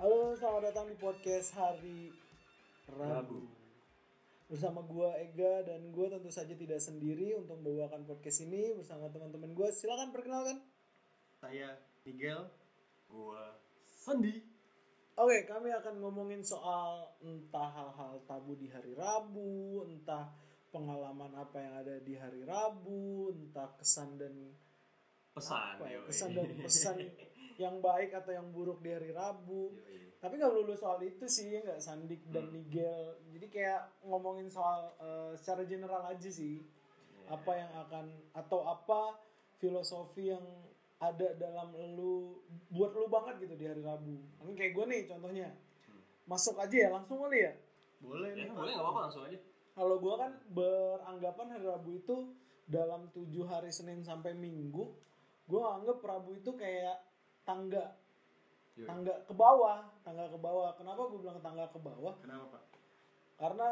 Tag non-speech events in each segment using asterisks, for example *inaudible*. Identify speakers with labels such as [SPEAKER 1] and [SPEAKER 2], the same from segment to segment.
[SPEAKER 1] Halo, selamat datang di podcast hari Rabu.
[SPEAKER 2] Rabu.
[SPEAKER 1] Bersama gua Ega dan gua tentu saja tidak sendiri untuk membawakan podcast ini bersama teman-teman gua. Silakan perkenalkan.
[SPEAKER 2] Saya Miguel, gua Sandi.
[SPEAKER 1] Oke, kami akan ngomongin soal entah hal-hal tabu di hari Rabu, entah pengalaman apa yang ada di hari Rabu, entah kesan dan
[SPEAKER 2] Pesan.
[SPEAKER 1] apa ya,
[SPEAKER 2] yoi.
[SPEAKER 1] kesan dan pesan yang baik atau yang buruk di hari Rabu.
[SPEAKER 2] Yoi.
[SPEAKER 1] tapi nggak melulu soal itu sih nggak Sandik dan
[SPEAKER 2] Hmm.
[SPEAKER 1] Nigel jadi kayak ngomongin soal eh, secara general aja sih
[SPEAKER 2] Iya.
[SPEAKER 3] Iya.
[SPEAKER 1] apa ya? yang akan atau apa filosofi yang ada dalam lu buat lu banget gitu di hari Rabu mungkin kayak gue nih contohnya
[SPEAKER 2] Hmm.
[SPEAKER 1] masuk aja ya langsung kali ya
[SPEAKER 2] Boleh
[SPEAKER 3] Ya,
[SPEAKER 2] nih,
[SPEAKER 3] boleh
[SPEAKER 2] Pak.
[SPEAKER 3] nggak apa-apa langsung aja.
[SPEAKER 1] kalau gue kan beranggapan hari Rabu itu dalam tujuh hari Senin sampai Minggu gue anggap Rabu itu kayak tangga
[SPEAKER 2] Yoi.
[SPEAKER 1] tangga ke bawah tangga ke bawah kenapa gue bilang tangga ke bawah
[SPEAKER 2] Kenapa, Pak?
[SPEAKER 1] karena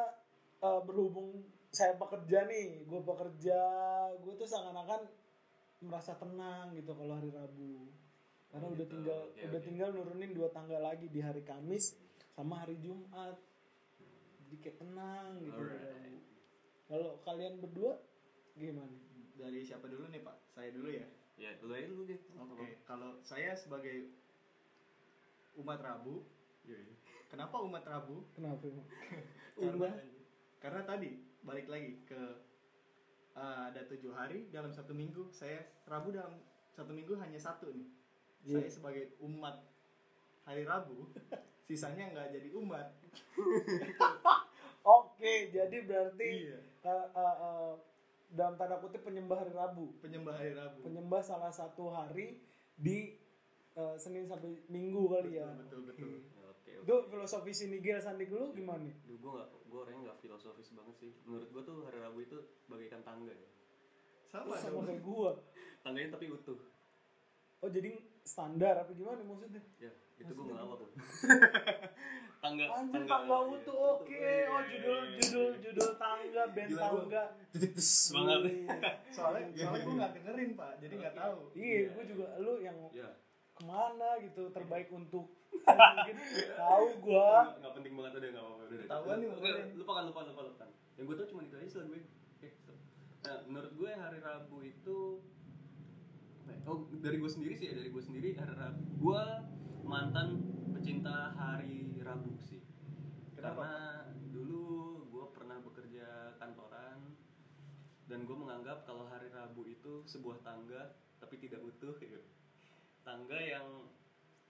[SPEAKER 1] eh, berhubung saya pekerja nih gue pekerja gue tuh seakan-akan merasa tenang gitu kalau hari Rabu karena
[SPEAKER 3] Oh,
[SPEAKER 1] udah
[SPEAKER 3] gitu.
[SPEAKER 1] tinggal
[SPEAKER 3] Oke,
[SPEAKER 1] udah
[SPEAKER 3] oke.
[SPEAKER 1] tinggal nurunin dua tangga lagi di hari Kamis sama hari Jumat jadi kayak tenang gitu hari
[SPEAKER 2] Alright.
[SPEAKER 1] Rabu. kalau kalian berdua gimana
[SPEAKER 2] Dari siapa dulu nih, Pak? Saya dulu ya.
[SPEAKER 3] Ya, dulu aja dulu deh.
[SPEAKER 2] Oke, kalau saya sebagai umat Rabu,
[SPEAKER 3] Iya,
[SPEAKER 2] kenapa umat Rabu?
[SPEAKER 1] kenapa emang?
[SPEAKER 2] Karena,
[SPEAKER 1] Umat.
[SPEAKER 2] karena tadi balik lagi ke eh, ada tujuh hari dalam satu minggu. Saya Rabu dalam satu minggu hanya satu nih.
[SPEAKER 1] Iya.
[SPEAKER 2] Saya sebagai umat
[SPEAKER 1] *laughs*
[SPEAKER 2] hari Rabu, sisanya nggak jadi umat.
[SPEAKER 1] oke jadi berarti
[SPEAKER 2] Iya.
[SPEAKER 1] eh, eh, eh, dalam tanda kutip penyembah hari Rabu
[SPEAKER 2] Penyembah hari Rabu.
[SPEAKER 1] penyembah salah satu hari di eh, Senin sampai Minggu kali ya.
[SPEAKER 2] Betul, betul, betul.
[SPEAKER 3] Oke.
[SPEAKER 1] Itu filosofi si Nigel Sandik dulu gimana?
[SPEAKER 3] Duh, gue gak, gue orangnya gak filosofis banget sih. Menurut gue tuh hari Rabu itu bagaikan tangga ya.
[SPEAKER 2] Sama,
[SPEAKER 1] Lu sama
[SPEAKER 2] dong.
[SPEAKER 1] kayak gua.
[SPEAKER 3] Tangganya tapi utuh.
[SPEAKER 1] Oh jadi standar apa gimana maksudnya?
[SPEAKER 3] Ya, itu gue
[SPEAKER 1] Maksudnya *laughs*
[SPEAKER 3] ngelawak tuh. tangga.
[SPEAKER 1] Anjir tangga
[SPEAKER 3] iya,
[SPEAKER 1] utuh oke. Oh judul judul judul tangga band
[SPEAKER 3] Gila, gua-
[SPEAKER 1] tangga.
[SPEAKER 3] Titik tes banget. *laughs*
[SPEAKER 1] Iya.
[SPEAKER 2] Soalnya, soalnya gue nggak dengerin pak, jadi nggak tahu.
[SPEAKER 1] Iya, gua juga lu yang
[SPEAKER 3] Ya,
[SPEAKER 1] kemana gitu
[SPEAKER 3] Iya.
[SPEAKER 1] terbaik untuk mungkin tahu gua.
[SPEAKER 3] nggak penting banget udah nggak apa-apa. Udah,
[SPEAKER 2] Ketahuan nih,
[SPEAKER 3] Oke, kan,
[SPEAKER 2] ketahuan.
[SPEAKER 3] lupakan, lupakan, lupakan, lupakan. Yang gue tau cuma itu aja selain gue. Oke, stop. Nah, menurut gue hari Rabu itu apa ya? Oh, dari gue sendiri sih ya, dari gue sendiri hari Rabu. Gue mantan pecinta hari Rabu sih.
[SPEAKER 2] Kenapa?
[SPEAKER 3] Karena dulu gue pernah bekerja kantoran dan gue menganggap kalau hari Rabu itu sebuah tangga tapi tidak utuh gitu. Tangga yang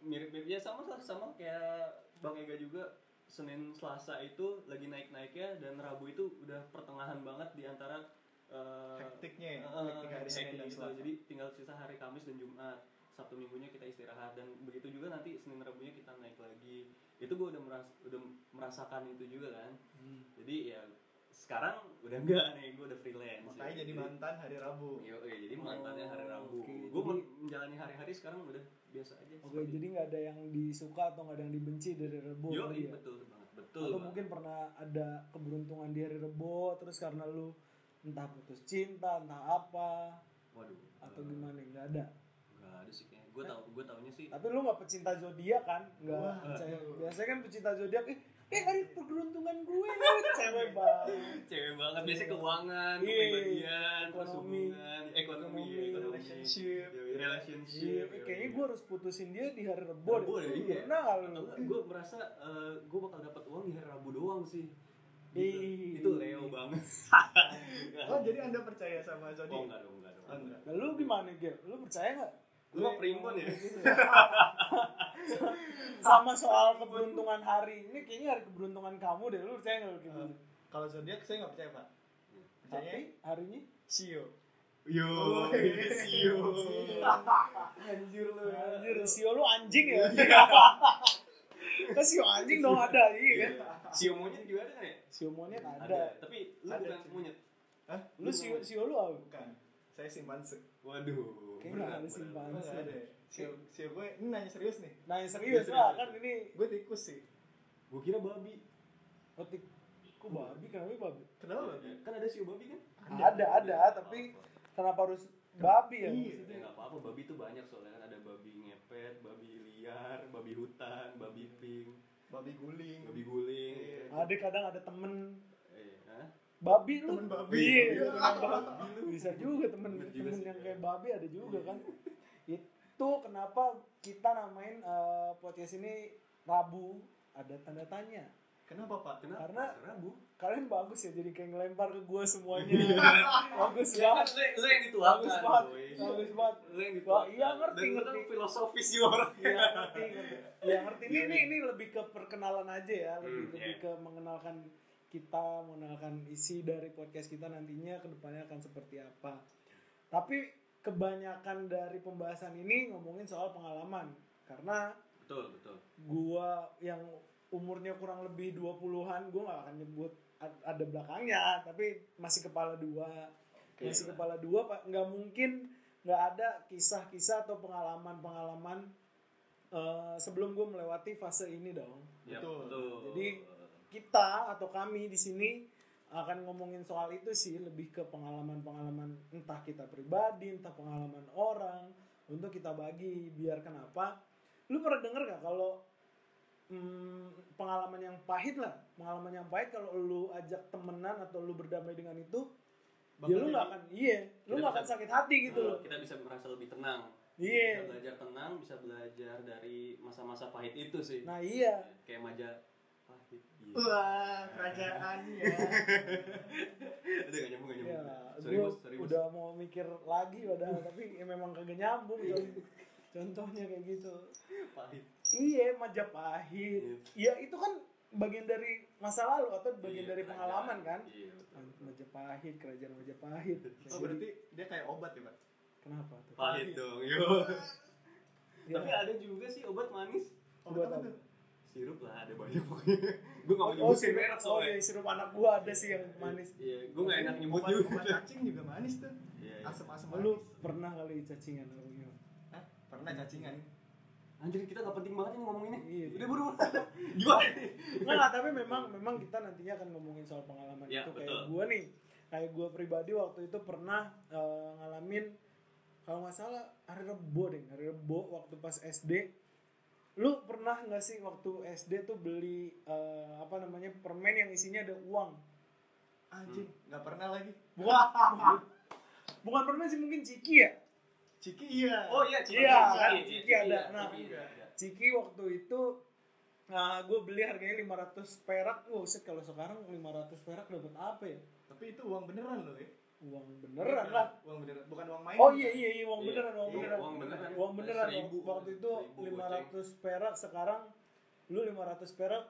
[SPEAKER 3] mirip-mirip ya sama sama kayak Bang Ega juga Senin Selasa itu lagi naik-naiknya dan Rabu itu udah pertengahan banget di antara eh,
[SPEAKER 2] Hektiknya ya,
[SPEAKER 3] eh,
[SPEAKER 2] hektik hari Senin
[SPEAKER 3] hektik
[SPEAKER 2] dan
[SPEAKER 3] gitu.
[SPEAKER 2] Selasa.
[SPEAKER 3] Jadi tinggal sisa hari Kamis dan Jumat. Sabtu minggunya kita istirahat dan begitu juga nanti Senin Rabunya kita naik lagi. Itu gue udah meras udah merasakan itu juga kan.
[SPEAKER 2] Hmm.
[SPEAKER 3] Jadi ya sekarang udah enggak nih, gue udah freelance.
[SPEAKER 2] Makanya
[SPEAKER 3] Ya.
[SPEAKER 2] jadi mantan hari Rabu.
[SPEAKER 3] Yo, iya, jadi mantannya hari
[SPEAKER 1] Oh,
[SPEAKER 3] Rabu.
[SPEAKER 1] oke.
[SPEAKER 3] Gue
[SPEAKER 1] Jadi-
[SPEAKER 3] menjalani hari-hari sekarang udah biasa aja.
[SPEAKER 1] Oke,
[SPEAKER 3] seperti-
[SPEAKER 1] jadi nggak ada yang disuka atau nggak ada yang dibenci dari Rebo
[SPEAKER 3] Yo,
[SPEAKER 1] kali
[SPEAKER 3] iya,
[SPEAKER 1] ya?
[SPEAKER 3] betul banget, betul.
[SPEAKER 1] atau
[SPEAKER 3] banget.
[SPEAKER 1] mungkin pernah ada keberuntungan di hari Rebo terus karena lu entah putus cinta entah apa
[SPEAKER 3] Waduh.
[SPEAKER 1] atau
[SPEAKER 3] eh,
[SPEAKER 1] gimana nggak ada
[SPEAKER 3] Enggak ada sih kayaknya. Gue tau, gue taunya sih.
[SPEAKER 1] tapi lu nggak pecinta zodiak kan nggak
[SPEAKER 2] Wah.
[SPEAKER 1] percaya. biasanya kan pecinta zodiak eh eh hari peruntungan gue nih cewek banget
[SPEAKER 3] Cewek banget, biasanya keuangan,
[SPEAKER 1] Iya.
[SPEAKER 3] kepribadian, terus
[SPEAKER 1] Ekonomi.
[SPEAKER 3] hubungan, ekonomi,
[SPEAKER 1] Ekonomi,
[SPEAKER 3] ya, ekonomi,
[SPEAKER 2] relationship.
[SPEAKER 3] Yo, relationship.
[SPEAKER 1] Iya, eh, kayaknya gue harus putusin dia di hari Rebo
[SPEAKER 3] Rabu
[SPEAKER 1] deh
[SPEAKER 3] ya, iya.
[SPEAKER 1] nah
[SPEAKER 3] Atau
[SPEAKER 1] kalau
[SPEAKER 3] enggak, gue merasa gue bakal dapat uang di hari Rabu doang sih. Gitu.
[SPEAKER 1] Ih.
[SPEAKER 3] Itu Leo banget.
[SPEAKER 2] Oh jadi anda percaya sama zodiak?
[SPEAKER 3] Oh enggak dong, enggak dong.
[SPEAKER 2] Oh, enggak.
[SPEAKER 1] Nah, lu gimana Gil? lu percaya nggak Gitu.
[SPEAKER 3] Lu mah primbon ya?
[SPEAKER 1] *laughs* sama soal keberuntungan hari ini kayaknya hari keberuntungan kamu deh lu percaya nggak lu
[SPEAKER 3] Eh.
[SPEAKER 1] kayak gitu?
[SPEAKER 2] Hmm. Kalau zodiak saya nggak percaya pak. Percaya
[SPEAKER 1] tapi hari ini
[SPEAKER 2] Sio.
[SPEAKER 3] Yo,
[SPEAKER 2] Oh, iya.
[SPEAKER 3] Sio.
[SPEAKER 2] Anjir lu ya.
[SPEAKER 1] Anjir, sio lu anjing ya? *laughs* Kan sio anjing dong ada, iya kan?
[SPEAKER 3] Sio monyet gimana kan ya?
[SPEAKER 1] Sio monyet ada.
[SPEAKER 3] Tapi lu
[SPEAKER 2] Ada,
[SPEAKER 3] bukan
[SPEAKER 2] cuy.
[SPEAKER 3] monyet.
[SPEAKER 2] Hah?
[SPEAKER 1] Lu sio, sio lu apa?
[SPEAKER 2] Bukan. Saya simpanse.
[SPEAKER 3] Waduh.
[SPEAKER 1] Kayaknya
[SPEAKER 3] berat,
[SPEAKER 1] nggak ada
[SPEAKER 3] berat.
[SPEAKER 1] simpanse.
[SPEAKER 2] Gua nggak ada. ya. Sio, sio gue ini nanya serius nih.
[SPEAKER 1] Nah yang serius lah, kan ini
[SPEAKER 2] Gue tikus sih.
[SPEAKER 3] Gua kira babi.
[SPEAKER 1] otik. Kok babi, kenapa babi?
[SPEAKER 2] Kenapa?
[SPEAKER 3] Iya, Kan ada Oh, sio babi kan?
[SPEAKER 1] Ada, ada, tapi kenapa harus babi ya?
[SPEAKER 2] Iya.
[SPEAKER 3] Ya nggak apa-apa, babi itu banyak soalnya kan ada babi ngepet, babi liar, liar, babi hutan, babi pink,
[SPEAKER 2] babi guling
[SPEAKER 3] babi guling.
[SPEAKER 2] Iya.
[SPEAKER 1] ada kadang ada temen
[SPEAKER 3] Eh, hah?
[SPEAKER 1] babi lu
[SPEAKER 2] temen babi
[SPEAKER 1] Iya,
[SPEAKER 2] Iya.
[SPEAKER 1] temen babi lu. bisa juga temen
[SPEAKER 3] Bener juga
[SPEAKER 1] temen
[SPEAKER 3] sih,
[SPEAKER 1] yang
[SPEAKER 3] ya.
[SPEAKER 1] kayak babi ada juga kan itu kenapa kita namain eh, podcast ini Rabu ada tanda tanya
[SPEAKER 2] kenapa pak
[SPEAKER 3] Kenapa?
[SPEAKER 1] Karena-
[SPEAKER 3] Rabu.
[SPEAKER 1] kalian bagus ya jadi kayak ngelempar ke gue semuanya *laughs*
[SPEAKER 3] Iya.
[SPEAKER 1] bagus
[SPEAKER 3] Ya kan
[SPEAKER 1] banget
[SPEAKER 3] lu, lu yang dituangkan.
[SPEAKER 1] Bagus banget,
[SPEAKER 3] boy.
[SPEAKER 1] bagus banget.
[SPEAKER 3] Lu yang dituangkan.
[SPEAKER 1] Wah, iya, ngerti,
[SPEAKER 3] Dan lu kan
[SPEAKER 1] ngerti.
[SPEAKER 3] filosofis juga
[SPEAKER 1] *laughs*
[SPEAKER 3] orang.
[SPEAKER 1] ya ngerti ngerti. ya ngerti ini, ini ini lebih ke perkenalan aja ya lebih
[SPEAKER 3] Hmm,
[SPEAKER 1] lebih ke mengenalkan kita mengenalkan isi dari podcast kita nantinya kedepannya akan seperti apa tapi kebanyakan dari pembahasan ini ngomongin soal pengalaman karena
[SPEAKER 3] Betul, betul.
[SPEAKER 1] gua yang umurnya kurang lebih 20-an gua nggak akan nyebut a- ada belakangnya tapi masih kepala dua
[SPEAKER 3] Oke,
[SPEAKER 1] masih
[SPEAKER 3] lah.
[SPEAKER 1] kepala dua pak nggak mungkin nggak ada kisah-kisah atau pengalaman-pengalaman eh, sebelum gue melewati fase ini dong
[SPEAKER 3] Ya,
[SPEAKER 2] Betul.
[SPEAKER 3] betul. Nah,
[SPEAKER 1] Jadi- kita atau kami di sini akan ngomongin soal itu sih lebih ke pengalaman-pengalaman entah kita pribadi entah pengalaman orang untuk kita bagi biar kenapa lu pernah denger gak kalau mm, pengalaman yang pahit lah pengalaman yang pahit kalau lu ajak temenan atau lu berdamai dengan itu
[SPEAKER 2] Bakal
[SPEAKER 1] ya lu nggak
[SPEAKER 2] jadi-
[SPEAKER 1] akan iya lu nggak
[SPEAKER 3] Kita bisa-
[SPEAKER 1] akan sakit hati gitu
[SPEAKER 3] Nah,
[SPEAKER 1] loh
[SPEAKER 3] Kita bisa merasa lebih tenang. Bisa
[SPEAKER 1] iya
[SPEAKER 3] belajar tenang, bisa belajar dari masa-masa pahit itu sih.
[SPEAKER 1] nah iya
[SPEAKER 3] Kayak maja pahit. Iya. *laughs*
[SPEAKER 2] wah kerajaan ya
[SPEAKER 3] Aduh, gak nyambung, gak
[SPEAKER 1] Ya,
[SPEAKER 3] nyambung. Sorry,
[SPEAKER 1] gue
[SPEAKER 3] bos, sorry, bos.
[SPEAKER 1] udah mau mikir lagi padahal tapi ya memang kagak nyambung
[SPEAKER 3] Iya.
[SPEAKER 1] Con- contohnya kayak gitu
[SPEAKER 3] Pahit.
[SPEAKER 1] iya Majapahit
[SPEAKER 3] Iya.
[SPEAKER 1] ya itu kan bagian dari masa lalu atau bagian
[SPEAKER 3] Iya,
[SPEAKER 1] dari
[SPEAKER 3] kerajaan.
[SPEAKER 1] pengalaman kan
[SPEAKER 3] Iya, betul, betul.
[SPEAKER 1] Majapahit kerajaan Majapahit
[SPEAKER 2] oh
[SPEAKER 1] Jadi,
[SPEAKER 2] berarti dia kayak obat ya pak
[SPEAKER 1] kenapa tuh
[SPEAKER 3] Pahit dong, yo.
[SPEAKER 1] Ya,
[SPEAKER 3] Tapi ada juga sih obat manis.
[SPEAKER 2] obat
[SPEAKER 1] Obat
[SPEAKER 2] apa
[SPEAKER 1] apa?
[SPEAKER 2] tuh
[SPEAKER 3] Sirup lah ada banyak pokoknya. *laughs* Gue gak mau
[SPEAKER 1] oh, oh,
[SPEAKER 3] nyebutin
[SPEAKER 1] sirup,
[SPEAKER 3] merek
[SPEAKER 1] oh
[SPEAKER 3] soalnya.
[SPEAKER 1] iya, sirup anak gua ada sih yang manis
[SPEAKER 3] Iya, gue gak enak nyebut
[SPEAKER 2] Obat-
[SPEAKER 3] juga. *laughs*
[SPEAKER 2] obat cacing juga manis tuh
[SPEAKER 3] Iya, iya.
[SPEAKER 2] asam-asam
[SPEAKER 1] lu
[SPEAKER 2] manis
[SPEAKER 1] pernah kali cacingan sama gua?
[SPEAKER 2] Hah? pernah cacingan
[SPEAKER 3] Anjir kita gak penting banget ini ngomonginnya.
[SPEAKER 1] Iya.
[SPEAKER 3] Udah buru. *laughs* Gimana? nih?
[SPEAKER 1] Enggak lah, tapi memang memang kita nantinya akan ngomongin soal pengalaman
[SPEAKER 3] Ya,
[SPEAKER 1] itu
[SPEAKER 3] betul.
[SPEAKER 1] kayak gue nih. Kayak gue pribadi waktu itu pernah eh, ngalamin kalau nggak salah hari Rebo deh, hari Rebo waktu pas SD. Lu pernah nggak sih waktu SD tuh beli eh, apa namanya permen yang isinya ada uang?
[SPEAKER 2] anjing Hmm. nggak pernah lagi
[SPEAKER 1] Bukan,
[SPEAKER 3] *laughs*
[SPEAKER 1] bukan, bukan permen sih mungkin ciki ya.
[SPEAKER 2] ciki iya
[SPEAKER 3] Oh iya, Ciki.
[SPEAKER 1] Iya, kan,
[SPEAKER 3] iya,
[SPEAKER 1] Ciki ada.
[SPEAKER 3] iya,
[SPEAKER 1] Nah.
[SPEAKER 3] Ciki ada.
[SPEAKER 1] Ciki waktu itu nah gue beli harganya 500 perak. Wow, set kalau sekarang 500 perak dapat apa ya?
[SPEAKER 2] tapi itu uang beneran loh ya
[SPEAKER 1] Uang beneran lah.
[SPEAKER 2] uang beneran bukan uang main
[SPEAKER 1] Oh iya iya iya uang
[SPEAKER 3] Iya.
[SPEAKER 1] beneran uang
[SPEAKER 2] Iya,
[SPEAKER 1] beneran.
[SPEAKER 3] uang beneran.
[SPEAKER 1] Uang beneran.
[SPEAKER 3] Seribu.
[SPEAKER 1] Waktu itu
[SPEAKER 3] Seribu,
[SPEAKER 1] 500 perak sekarang lu 500 perak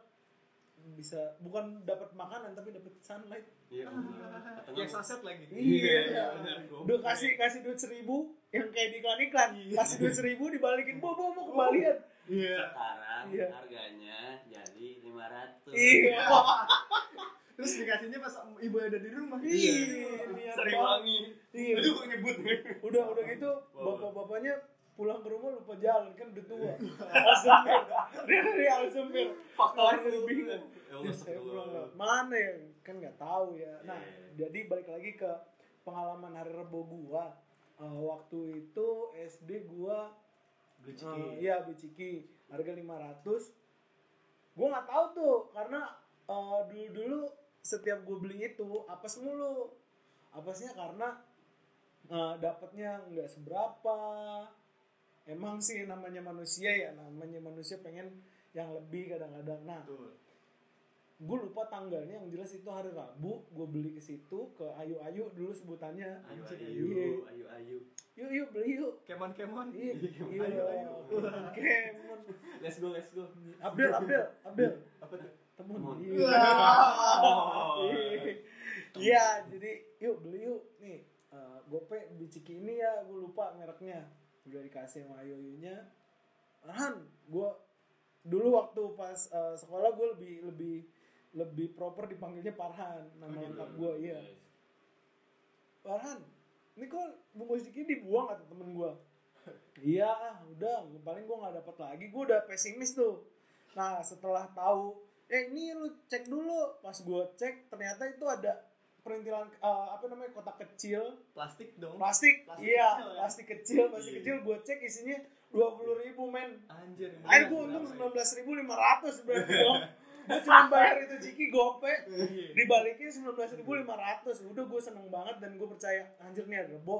[SPEAKER 1] bisa bukan dapat makanan tapi dapat sunlight.
[SPEAKER 3] Iya.
[SPEAKER 2] Ah,
[SPEAKER 3] Ketengah.
[SPEAKER 2] yang saset lagi
[SPEAKER 1] Iya.
[SPEAKER 3] bener, gua.
[SPEAKER 1] Udah kasih kasih duit seribu yang kayak di iklan-iklan.
[SPEAKER 3] Iya.
[SPEAKER 1] Kasih duit seribu dibalikin bu
[SPEAKER 3] Oh.
[SPEAKER 1] bu mau kembalian.
[SPEAKER 2] iya
[SPEAKER 3] Sekarang
[SPEAKER 1] Iya.
[SPEAKER 3] harganya jadi 500.
[SPEAKER 1] Iya.
[SPEAKER 2] terus dikasihnya pas ibu ada di rumah
[SPEAKER 1] Iya. Niat banget.
[SPEAKER 3] Sariwangi.
[SPEAKER 1] Iya.
[SPEAKER 3] Aduh nyebut.
[SPEAKER 1] Udah udah gitu
[SPEAKER 3] Wow.
[SPEAKER 1] bapak-bapaknya pulang ke rumah lupa jalan kan udah tua.
[SPEAKER 3] *laughs*
[SPEAKER 1] Alzheimer. Dia dari Alzheimer.
[SPEAKER 3] Faktor
[SPEAKER 1] Orang lebih bingung.
[SPEAKER 3] Ya Allah,
[SPEAKER 1] saya
[SPEAKER 3] astagfirullah.
[SPEAKER 1] pulang lewat mana ya kan nggak tahu ya nah
[SPEAKER 3] Iya.
[SPEAKER 1] jadi balik lagi ke pengalaman hari rebo gua Eh, waktu itu SD gua
[SPEAKER 2] beli ciki
[SPEAKER 1] eh, ya beli ciki harga 500 gua nggak tahu tuh karena dulu dulu setiap gua beli itu apes mulu apesnya karena eh, dapatnya nggak seberapa emang sih namanya manusia ya namanya manusia pengen yang lebih kadang-kadang nah
[SPEAKER 2] Betul.
[SPEAKER 1] gue lupa tanggalnya yang jelas itu hari Rabu gue beli ke situ ke Ayu Ayu dulu sebutannya
[SPEAKER 3] Ayu
[SPEAKER 2] Anjing,
[SPEAKER 3] ayu,
[SPEAKER 1] iya.
[SPEAKER 3] ayu ayu.
[SPEAKER 1] yuk yuk beli yuk
[SPEAKER 2] kemon kemon
[SPEAKER 1] iya iya
[SPEAKER 2] Ayu, Ayu.
[SPEAKER 1] oke mon.
[SPEAKER 3] Let's go, let's go.
[SPEAKER 1] Abdel Abdel Abdel
[SPEAKER 2] apa tuh
[SPEAKER 1] temen
[SPEAKER 3] Temen.
[SPEAKER 1] iya
[SPEAKER 3] Oh.
[SPEAKER 1] Iya. *laughs* iya jadi yuk beli yuk nih eh, gope biciki ini ya gue lupa mereknya udah dikasih sama Ayu Ayunya Arhan gue dulu waktu pas eh, sekolah gue lebih lebih lebih proper dipanggilnya Parhan
[SPEAKER 2] Oh gitu.
[SPEAKER 1] nama lengkap gue iya Farhan, ini kok bungkus dikit dibuang kata temen gue. Iya, ah, udah, paling gue nggak dapat lagi. Gue udah pesimis tuh. Nah, setelah tahu, eh ini lu cek dulu. Pas gue cek, ternyata itu ada perintilan eh, apa namanya kotak kecil
[SPEAKER 2] plastik dong
[SPEAKER 1] plastik,
[SPEAKER 2] Plastik
[SPEAKER 1] iya
[SPEAKER 2] kecil ya?
[SPEAKER 1] plastik kecil plastik
[SPEAKER 3] Iya.
[SPEAKER 1] kecil gue cek isinya dua puluh ribu men
[SPEAKER 2] anjir Iya.
[SPEAKER 1] akhir
[SPEAKER 2] bener,
[SPEAKER 1] gue untung
[SPEAKER 2] bener.
[SPEAKER 1] sembilan belas ribu lima ratus
[SPEAKER 2] *laughs*
[SPEAKER 1] berarti dong gue cuma bayar itu ciki gope
[SPEAKER 2] Iya.
[SPEAKER 1] dibalikin sembilan belas ribu lima ratus udah gue seneng banget dan gue percaya anjir nih ada rebo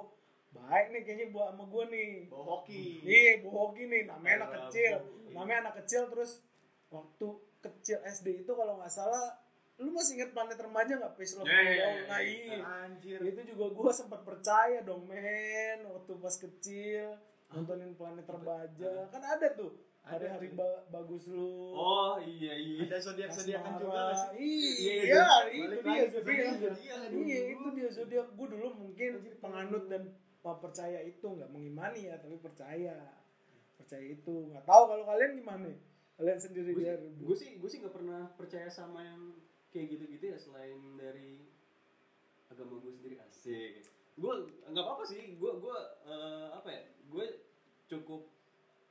[SPEAKER 1] baik nih kayaknya buat sama gue nih
[SPEAKER 2] bawa hoki Iya.
[SPEAKER 1] Iya, Bu Hoki nih, namanya anak
[SPEAKER 3] Era
[SPEAKER 1] kecil.
[SPEAKER 3] Bu Hoki.
[SPEAKER 1] Namanya anak kecil terus waktu kecil SD itu kalau nggak salah lu masih inget planet remaja nggak Peace Love
[SPEAKER 2] Ya,
[SPEAKER 3] Yeah,
[SPEAKER 1] and
[SPEAKER 3] yeah,
[SPEAKER 1] Love?
[SPEAKER 3] yeah,
[SPEAKER 1] Nah,
[SPEAKER 3] yeah.
[SPEAKER 1] iya.
[SPEAKER 2] anjir
[SPEAKER 1] Itu juga gua sempat percaya dong men waktu pas kecil nontonin planet remaja kan ada tuh
[SPEAKER 2] Ada
[SPEAKER 1] hari-hari
[SPEAKER 2] tuh.
[SPEAKER 1] ba- bagus lu.
[SPEAKER 3] oh iya iya
[SPEAKER 2] ada zodiak zodiakan
[SPEAKER 1] Asmara.
[SPEAKER 2] juga nggak sih?
[SPEAKER 1] Iya,
[SPEAKER 2] Iya,
[SPEAKER 1] itu
[SPEAKER 2] balik
[SPEAKER 1] dia
[SPEAKER 2] lagi ke
[SPEAKER 1] zodiak.
[SPEAKER 2] zodiak.
[SPEAKER 1] Iya, itu dia
[SPEAKER 3] gitu.
[SPEAKER 1] zodiak. Gue dulu mungkin
[SPEAKER 2] Anjir,
[SPEAKER 1] penganut
[SPEAKER 2] penganut.
[SPEAKER 1] dan uh, percaya itu nggak mengimani ya, tapi percaya, percaya itu nggak tahu kalau kalian gimana? ya? Kalian sendiri
[SPEAKER 3] gue
[SPEAKER 1] dia
[SPEAKER 3] sih- gue sih gue sih nggak pernah percaya sama yang kayak gitu-gitu ya selain dari agama gue sendiri asik gue nggak apa-apa sih gue gue eh, apa ya gue cukup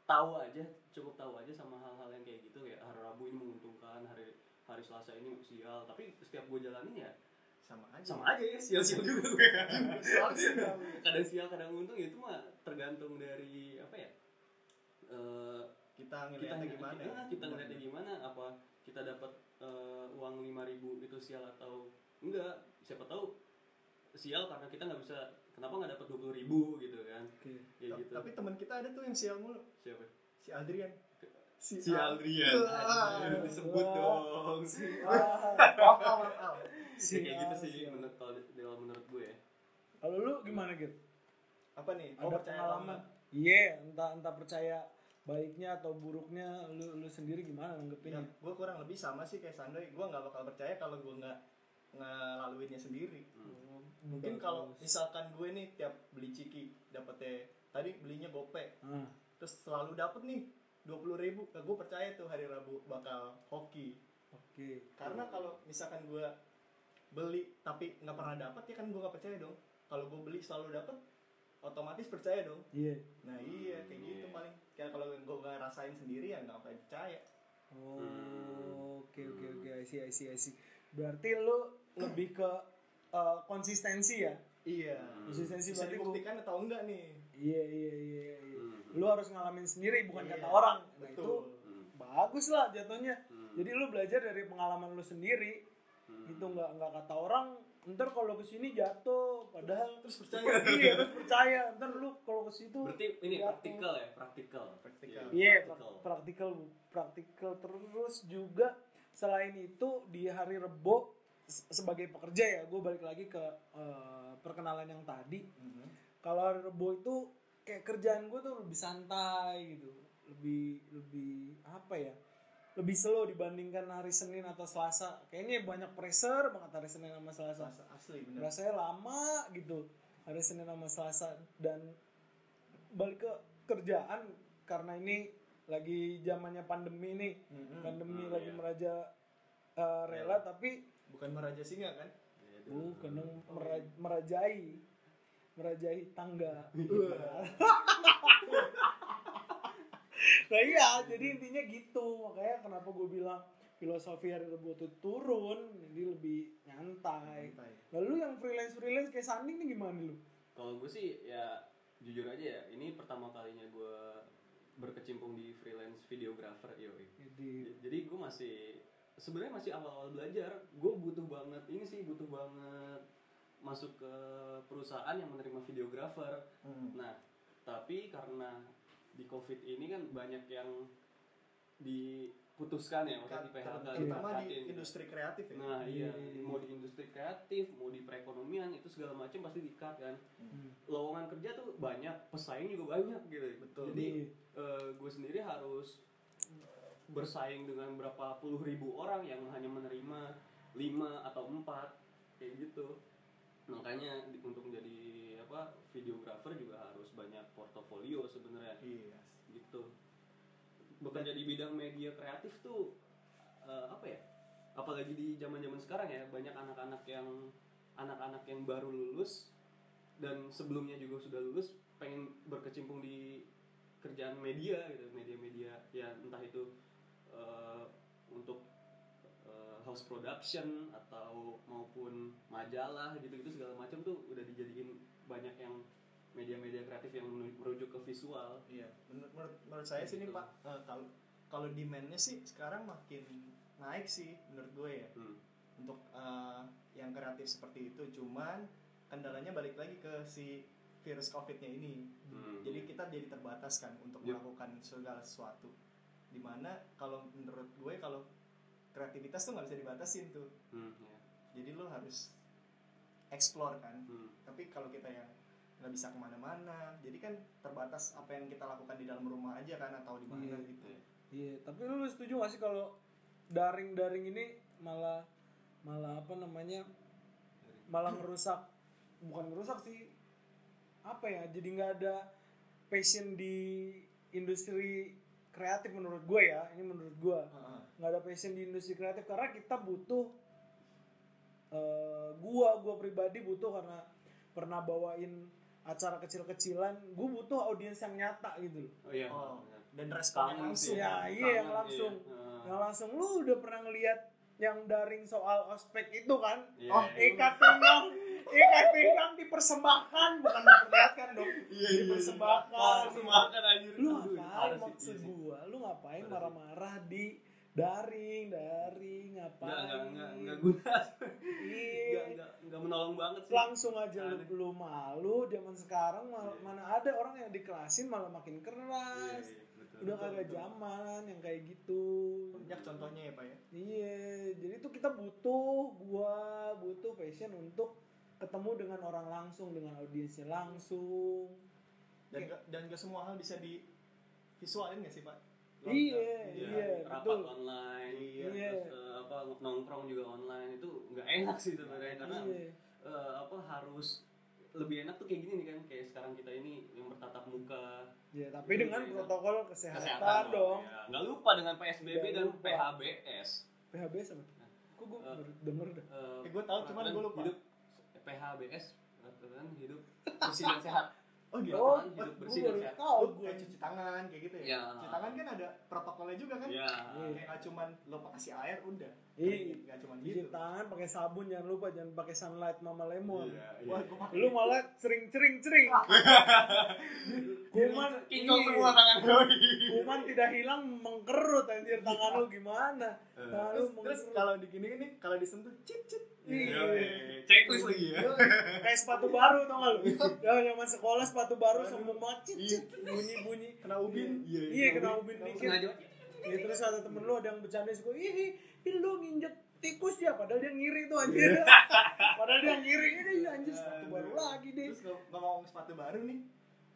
[SPEAKER 3] tahu aja cukup tahu aja sama hal-hal yang kayak gitu kayak hari Rabu ini menguntungkan hari hari Selasa ini sial tapi setiap gue jalanin ya
[SPEAKER 2] sama aja
[SPEAKER 3] sama aja ya sial-sial juga gue
[SPEAKER 2] Soalnya
[SPEAKER 3] kadang sial kadang untung ya itu mah tergantung dari apa ya eh,
[SPEAKER 2] kita
[SPEAKER 3] kita
[SPEAKER 2] ngeliatnya
[SPEAKER 3] gimana ya?
[SPEAKER 2] gimana
[SPEAKER 3] kita, kita
[SPEAKER 1] gitu.
[SPEAKER 3] ngeliatnya gimana apa kita dapat eh, uang 5000 itu sial atau enggak siapa tahu sial karena kita nggak bisa kenapa nggak dapat 20.000 gitu kan
[SPEAKER 1] Oke.
[SPEAKER 3] ya gitu
[SPEAKER 2] tapi teman kita ada tuh yang sial mulu
[SPEAKER 3] siapa
[SPEAKER 2] si Adrian
[SPEAKER 1] Si-
[SPEAKER 3] si *laughs* Aldrian
[SPEAKER 2] Ah.
[SPEAKER 3] Aduh, disebut dong
[SPEAKER 1] Ah,
[SPEAKER 2] maaf maaf maaf
[SPEAKER 3] Ya, kayak gitu sih
[SPEAKER 1] sial.
[SPEAKER 3] menurut kalau di- kalau menurut gue ya
[SPEAKER 1] Kalau lu gimana gitu?
[SPEAKER 2] apa nih mau
[SPEAKER 1] Ada
[SPEAKER 2] percaya
[SPEAKER 1] pengalaman?
[SPEAKER 2] apa
[SPEAKER 1] Iya, entah entah percaya baiknya atau buruknya, lu lu sendiri gimana
[SPEAKER 2] enggak?
[SPEAKER 1] nanggepinnya?
[SPEAKER 2] ya, gue kurang lebih sama sih kayak Sandoy gue nggak bakal percaya kalau gue nggak ngelaluinnya sendiri
[SPEAKER 1] Hmm.
[SPEAKER 3] Ya,
[SPEAKER 2] mungkin kalau misalkan gue nih tiap beli ciki dapetnya tadi belinya gope
[SPEAKER 1] Ah,
[SPEAKER 2] terus selalu dapet nih dua puluh ribu gue percaya tuh hari rabu bakal hoki
[SPEAKER 1] oke.
[SPEAKER 2] karena kalau misalkan gue beli tapi nggak pernah dapat ya kan gue nggak percaya dong kalau gue beli selalu dapat otomatis percaya dong
[SPEAKER 1] Iya.
[SPEAKER 2] nah iya kayak
[SPEAKER 3] Hmm,
[SPEAKER 2] gitu
[SPEAKER 3] iya.
[SPEAKER 2] paling kayak kalau gue nggak rasain sendiri ya nggak akan percaya
[SPEAKER 1] Oh, Oke oke oke, I see I see I see. Berarti lu lebih ke uh, konsistensi ya?
[SPEAKER 2] iya
[SPEAKER 3] Hmm.
[SPEAKER 1] Konsistensi
[SPEAKER 2] bisa
[SPEAKER 1] berarti gua-
[SPEAKER 2] dibuktikan atau enggak nih
[SPEAKER 1] Iya iya iya. iya.
[SPEAKER 3] Hmm.
[SPEAKER 1] Lu harus ngalamin sendiri bukan
[SPEAKER 2] Iya,
[SPEAKER 1] kata orang. Nah, itu
[SPEAKER 2] betul
[SPEAKER 3] Hmm.
[SPEAKER 1] bagus lah jatuhnya.
[SPEAKER 3] Hmm.
[SPEAKER 1] Jadi lu belajar dari pengalaman lu sendiri.
[SPEAKER 3] Hmm.
[SPEAKER 1] Gitu nggak nggak kata orang. Ntar kalau kesini jatuh, padahal
[SPEAKER 2] terus
[SPEAKER 1] *laughs*
[SPEAKER 2] percaya
[SPEAKER 1] iya terus percaya. Ntar lu kalau kesitu
[SPEAKER 3] berarti ini
[SPEAKER 1] Jatuh.
[SPEAKER 3] praktikal ya praktikal Ya,
[SPEAKER 2] Praktikal.
[SPEAKER 1] Iya, pra- praktikal, praktikal terus juga selain itu di hari Rebo se- sebagai pekerja ya, gue balik lagi ke eh, perkenalan yang tadi.
[SPEAKER 2] Mhm.
[SPEAKER 1] Kalau hari Rebo itu kayak kerjaan gue tuh lebih santai gitu, lebih lebih apa ya? Lebih slow dibandingkan hari Senin atau Selasa. Kayaknya banyak pressure banget hari Senin sama Selasa
[SPEAKER 2] Rasa asli bener
[SPEAKER 1] rasanya lama gitu hari Senin sama Selasa dan balik ke kerjaan karena ini lagi zamannya pandemi nih
[SPEAKER 2] Mhm.
[SPEAKER 1] pandemi
[SPEAKER 3] Hmm,
[SPEAKER 1] lagi
[SPEAKER 3] iya.
[SPEAKER 1] meraja eh, rela tapi
[SPEAKER 2] bukan meraja singa
[SPEAKER 1] *laughs*
[SPEAKER 2] kan
[SPEAKER 3] Ya, Uh,
[SPEAKER 1] bukan dong, mera- merajai merajai tangga nah iya
[SPEAKER 3] Hmm.
[SPEAKER 1] jadi intinya gitu makanya kenapa gue bilang filosofi hari Rabu itu turun jadi lebih nyantai
[SPEAKER 3] Hmm.
[SPEAKER 2] Santai.
[SPEAKER 1] lalu yang freelance freelance kayak Sanding nih gimana lu
[SPEAKER 3] Kalau gue sih ya jujur aja ya, ini pertama kalinya gue berkecimpung di freelance videographer yoi.
[SPEAKER 1] jadi
[SPEAKER 3] J- Jadi gue masih sebenarnya masih awal-awal belajar. Gue butuh banget ini sih butuh banget masuk ke perusahaan yang menerima videographer.
[SPEAKER 1] Hmm.
[SPEAKER 2] Mhm.
[SPEAKER 3] Nah, tapi karena di covid ini kan banyak yang diputuskan ya maksudnya di PHK
[SPEAKER 2] terutama di
[SPEAKER 3] dikatakan.
[SPEAKER 2] industri kreatif ya
[SPEAKER 3] gitu, Nah iya,
[SPEAKER 1] Iya.
[SPEAKER 3] mau di industri kreatif, mau di perekonomian itu segala macam pasti di-cut kan.
[SPEAKER 1] Hmm.
[SPEAKER 3] Lowongan kerja tuh banyak, pesaing juga banyak gitu.
[SPEAKER 2] Betul.
[SPEAKER 3] Jadi
[SPEAKER 1] Iya.
[SPEAKER 3] eh, gue sendiri harus bersaing dengan berapa puluh ribu orang yang hanya menerima lima atau empat kayak gitu. Makanya di- untuk menjadi apa videographer juga harus banyak portofolio sebenarnya
[SPEAKER 2] iya
[SPEAKER 3] gitu bekerja di bidang media kreatif tuh eh, apa ya apalagi di zaman zaman sekarang ya banyak anak-anak yang anak-anak yang baru lulus dan sebelumnya juga sudah lulus pengen berkecimpung di kerjaan media gitu media-media ya entah itu eh, untuk eh, house production atau maupun majalah gitu-gitu segala macam tuh udah dijadiin banyak yang media-media kreatif yang menu- merujuk ke visual
[SPEAKER 2] Iya, menur- menurut, menurut saya sih ini
[SPEAKER 3] Betul.
[SPEAKER 2] Pak, eh, kalau kalau demandnya sih sekarang makin naik sih menurut gue ya
[SPEAKER 3] Hmm.
[SPEAKER 2] untuk eh, yang kreatif seperti itu. Cuman kendalanya balik lagi ke si virus COVID-nya ini.
[SPEAKER 3] Hmm.
[SPEAKER 2] Jadi kita jadi terbatas kan untuk
[SPEAKER 3] Yep.
[SPEAKER 2] melakukan segala sesuatu. Dimana kalau menurut gue kalau kreativitas tuh nggak bisa dibatasin tuh.
[SPEAKER 3] Hmm, ya.
[SPEAKER 2] Jadi lo harus explore kan
[SPEAKER 3] Hmm.
[SPEAKER 2] tapi kalau kita yang nggak bisa kemana-mana jadi kan terbatas apa yang kita lakukan di dalam rumah aja kan atau di mana
[SPEAKER 1] Iya.
[SPEAKER 2] gitu
[SPEAKER 1] Iya, tapi lu setuju gak sih kalau daring-daring ini malah malah apa namanya? malah ngerusak bukan ngerusak sih. Apa ya? Jadi nggak ada passion di industri kreatif menurut gue ya. Ini menurut gue
[SPEAKER 2] Heeh.
[SPEAKER 1] nggak ada passion di industri kreatif karena kita butuh eh, gua gua pribadi butuh karena pernah bawain acara kecil-kecilan gua butuh audiens yang nyata gitu loh
[SPEAKER 3] oh iya
[SPEAKER 2] Oh.
[SPEAKER 3] benar.
[SPEAKER 2] dan responnya
[SPEAKER 3] Kangen
[SPEAKER 2] langsung
[SPEAKER 3] sih.
[SPEAKER 1] ya
[SPEAKER 2] kan?
[SPEAKER 1] iya yang
[SPEAKER 3] Kangen,
[SPEAKER 1] langsung
[SPEAKER 3] iya.
[SPEAKER 1] yang Nah, langsung lu udah pernah ngeliat yang daring soal ospek itu kan
[SPEAKER 3] Iya.
[SPEAKER 1] oh ikat pinggang ikat pinggang dipersembahkan bukan diperlihatkan dong
[SPEAKER 3] Iya,
[SPEAKER 1] eh, dipersembahkan
[SPEAKER 3] Dipersembahkan, anjir.
[SPEAKER 1] lu ngapain
[SPEAKER 3] Aduh, parah sih,
[SPEAKER 1] maksud
[SPEAKER 3] iya sih.
[SPEAKER 1] gua lu ngapain
[SPEAKER 3] Parah sih.
[SPEAKER 1] marah-marah di daring daring ngapain
[SPEAKER 3] Nggak, nggak, nggak, nggak guna. *laughs*
[SPEAKER 1] Iya.
[SPEAKER 3] Nggak, nggak, nggak menolong banget sih.
[SPEAKER 1] langsung aja lu,
[SPEAKER 3] Aneh.
[SPEAKER 1] lu malu zaman sekarang mal-
[SPEAKER 3] Iya.
[SPEAKER 1] mana ada orang yang dikelasin malah makin
[SPEAKER 3] Iya,
[SPEAKER 1] keras
[SPEAKER 3] iya, betul.
[SPEAKER 1] udah
[SPEAKER 2] betul,
[SPEAKER 1] kagak
[SPEAKER 2] betul.
[SPEAKER 1] zaman yang kayak gitu
[SPEAKER 2] banyak contohnya ya pak ya
[SPEAKER 1] Iya, jadi tuh kita butuh gua butuh passion untuk ketemu dengan orang langsung dengan audiensnya langsung.
[SPEAKER 2] dan
[SPEAKER 1] Iya.
[SPEAKER 2] nggak- dan gak semua hal bisa di visualin gak sih pak
[SPEAKER 1] Iya,
[SPEAKER 3] Iya,
[SPEAKER 1] iya,
[SPEAKER 3] rapat
[SPEAKER 1] betul.
[SPEAKER 3] online,
[SPEAKER 2] Iya.
[SPEAKER 3] terus eh, apa nongkrong juga online itu nggak enak sih sebenarnya karena
[SPEAKER 1] Iya.
[SPEAKER 3] eh, apa harus lebih enak tuh kayak gini nih kan kayak sekarang kita ini yang bertatap muka
[SPEAKER 1] Iya, tapi dengan
[SPEAKER 3] Iya.
[SPEAKER 1] protokol kesehatan, dong.
[SPEAKER 3] ya. nggak lupa dengan PSBB
[SPEAKER 1] Nggak
[SPEAKER 3] dan
[SPEAKER 1] lupa.
[SPEAKER 3] PHBS
[SPEAKER 1] PHB sama. Kok gua
[SPEAKER 3] Eh.
[SPEAKER 1] baru denger dah.
[SPEAKER 3] Eh,
[SPEAKER 2] Eh, gua tahu, cuman
[SPEAKER 3] peraturan
[SPEAKER 2] gua lupa.
[SPEAKER 3] hidup PHBS peraturan hidup bersih dan sehat *laughs*
[SPEAKER 2] oh gitu
[SPEAKER 1] Oh,
[SPEAKER 3] Peraturan Iya, hidup
[SPEAKER 1] gua
[SPEAKER 3] bersih dan
[SPEAKER 1] baru
[SPEAKER 3] sehat eh,
[SPEAKER 1] tahu
[SPEAKER 2] Lu
[SPEAKER 1] gua.
[SPEAKER 2] kayak cuci tangan kayak gitu ya
[SPEAKER 3] Iya.
[SPEAKER 2] cuci tangan kan ada protokolnya juga kan
[SPEAKER 3] ya
[SPEAKER 2] kayak nggak cuman lo kasih air udah
[SPEAKER 1] Iya.
[SPEAKER 2] nggak cuman
[SPEAKER 1] Cuci
[SPEAKER 2] gitu
[SPEAKER 1] tangan pakai sabun jangan lupa jangan pakai sunlight mama lemon.
[SPEAKER 3] Iya, iya.
[SPEAKER 2] wah gue
[SPEAKER 1] Lu malah cering-cering-cering. Kuman
[SPEAKER 3] kinclong
[SPEAKER 1] iya.
[SPEAKER 3] semua tangan doi
[SPEAKER 1] Kuman tidak hilang mengkerut anjir tangan lu gimana? Tangan lu
[SPEAKER 2] Eh, terus terus
[SPEAKER 1] mengkerut.
[SPEAKER 2] kalau di gini nih kalau disentuh cit cit
[SPEAKER 1] Iya.
[SPEAKER 3] checklist lagi ya
[SPEAKER 1] Kayak sepatu baru tau gak lu? Ya zaman sekolah sepatu baru semua macet
[SPEAKER 3] Iya.
[SPEAKER 1] bunyi-bunyi.
[SPEAKER 2] kena ubin
[SPEAKER 3] iya
[SPEAKER 1] Iya kena ubin dikit.
[SPEAKER 3] sengaja
[SPEAKER 1] Ya, terus ada temen lu ada yang bercanda suka, ih, ih lu nginjek tikus ya padahal dia ngiri tuh anjir. *laughs* padahal dia ngiri ini ya anjir sepatu baru lagi deh.
[SPEAKER 2] Terus kalau kalau ngomong sepatu baru nih,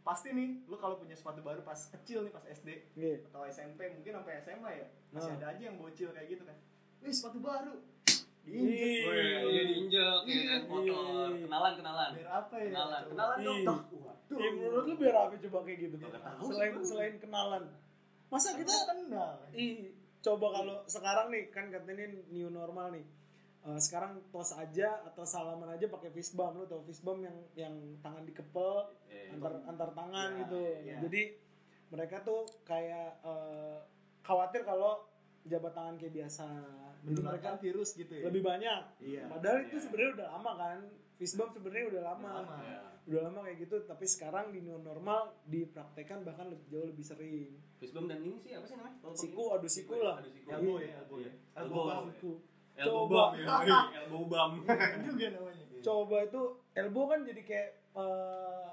[SPEAKER 2] pasti nih, lu kalau punya sepatu baru pas kecil nih, pas SD
[SPEAKER 1] Iya.
[SPEAKER 2] atau SMP, mungkin sampai SMA ya, masih
[SPEAKER 1] Nah.
[SPEAKER 2] ada aja yang bocil kayak gitu kan. Wih sepatu baru,
[SPEAKER 1] Ih.
[SPEAKER 2] diinjek.
[SPEAKER 3] Wih, iya diinjek ya kan kotor
[SPEAKER 1] Iya.
[SPEAKER 3] kenalan kenalan
[SPEAKER 2] Biar apa ya?
[SPEAKER 3] kenalan
[SPEAKER 2] coba.
[SPEAKER 3] kenalan dong
[SPEAKER 1] Iya.
[SPEAKER 3] Waduh.
[SPEAKER 1] Ya, menurut lu biar apa coba kayak gitu?
[SPEAKER 3] Nggak tahu sih
[SPEAKER 1] Selain
[SPEAKER 3] gua.
[SPEAKER 1] selain kenalan. Masa
[SPEAKER 2] Kita Iya.
[SPEAKER 1] kita
[SPEAKER 2] kenal.
[SPEAKER 1] Ih, coba kalau sekarang nih kan katanya ini new normal nih. Eh, sekarang tos aja atau salaman aja pakai fist bump lu tau fist bump yang yang tangan dikepel
[SPEAKER 3] Eh,
[SPEAKER 1] antar antar tangan
[SPEAKER 3] Ya,
[SPEAKER 1] gitu.
[SPEAKER 2] ya.
[SPEAKER 1] Jadi mereka tuh kayak eh, khawatir kalau jabat tangan kayak biasa. Jadi mereka
[SPEAKER 2] Menularkan virus gitu ya.
[SPEAKER 1] lebih banyak.
[SPEAKER 2] Iya.
[SPEAKER 1] Padahal itu
[SPEAKER 3] Ya.
[SPEAKER 1] sebenarnya udah lama kan. Fist bump sebenarnya udah lama.
[SPEAKER 2] Udah lama.
[SPEAKER 3] ya.
[SPEAKER 1] Udah lama kayak gitu tapi sekarang di new normal dipraktekan bahkan lebih jauh lebih sering.
[SPEAKER 3] Fishbone dan ini sih apa sih namanya Kalau
[SPEAKER 1] Siku,
[SPEAKER 3] pakai-
[SPEAKER 1] aduh, siku lah. Iya,
[SPEAKER 3] aduh, siku.
[SPEAKER 2] Elbow ya, elbow ya. Elbow
[SPEAKER 3] Elbow.
[SPEAKER 2] bump.
[SPEAKER 1] Aku
[SPEAKER 3] Elbow
[SPEAKER 1] Coba. *laughs*
[SPEAKER 3] bump ya. Elbow bump.
[SPEAKER 2] Keren juga namanya.
[SPEAKER 1] coba itu elbow kan jadi kayak eh,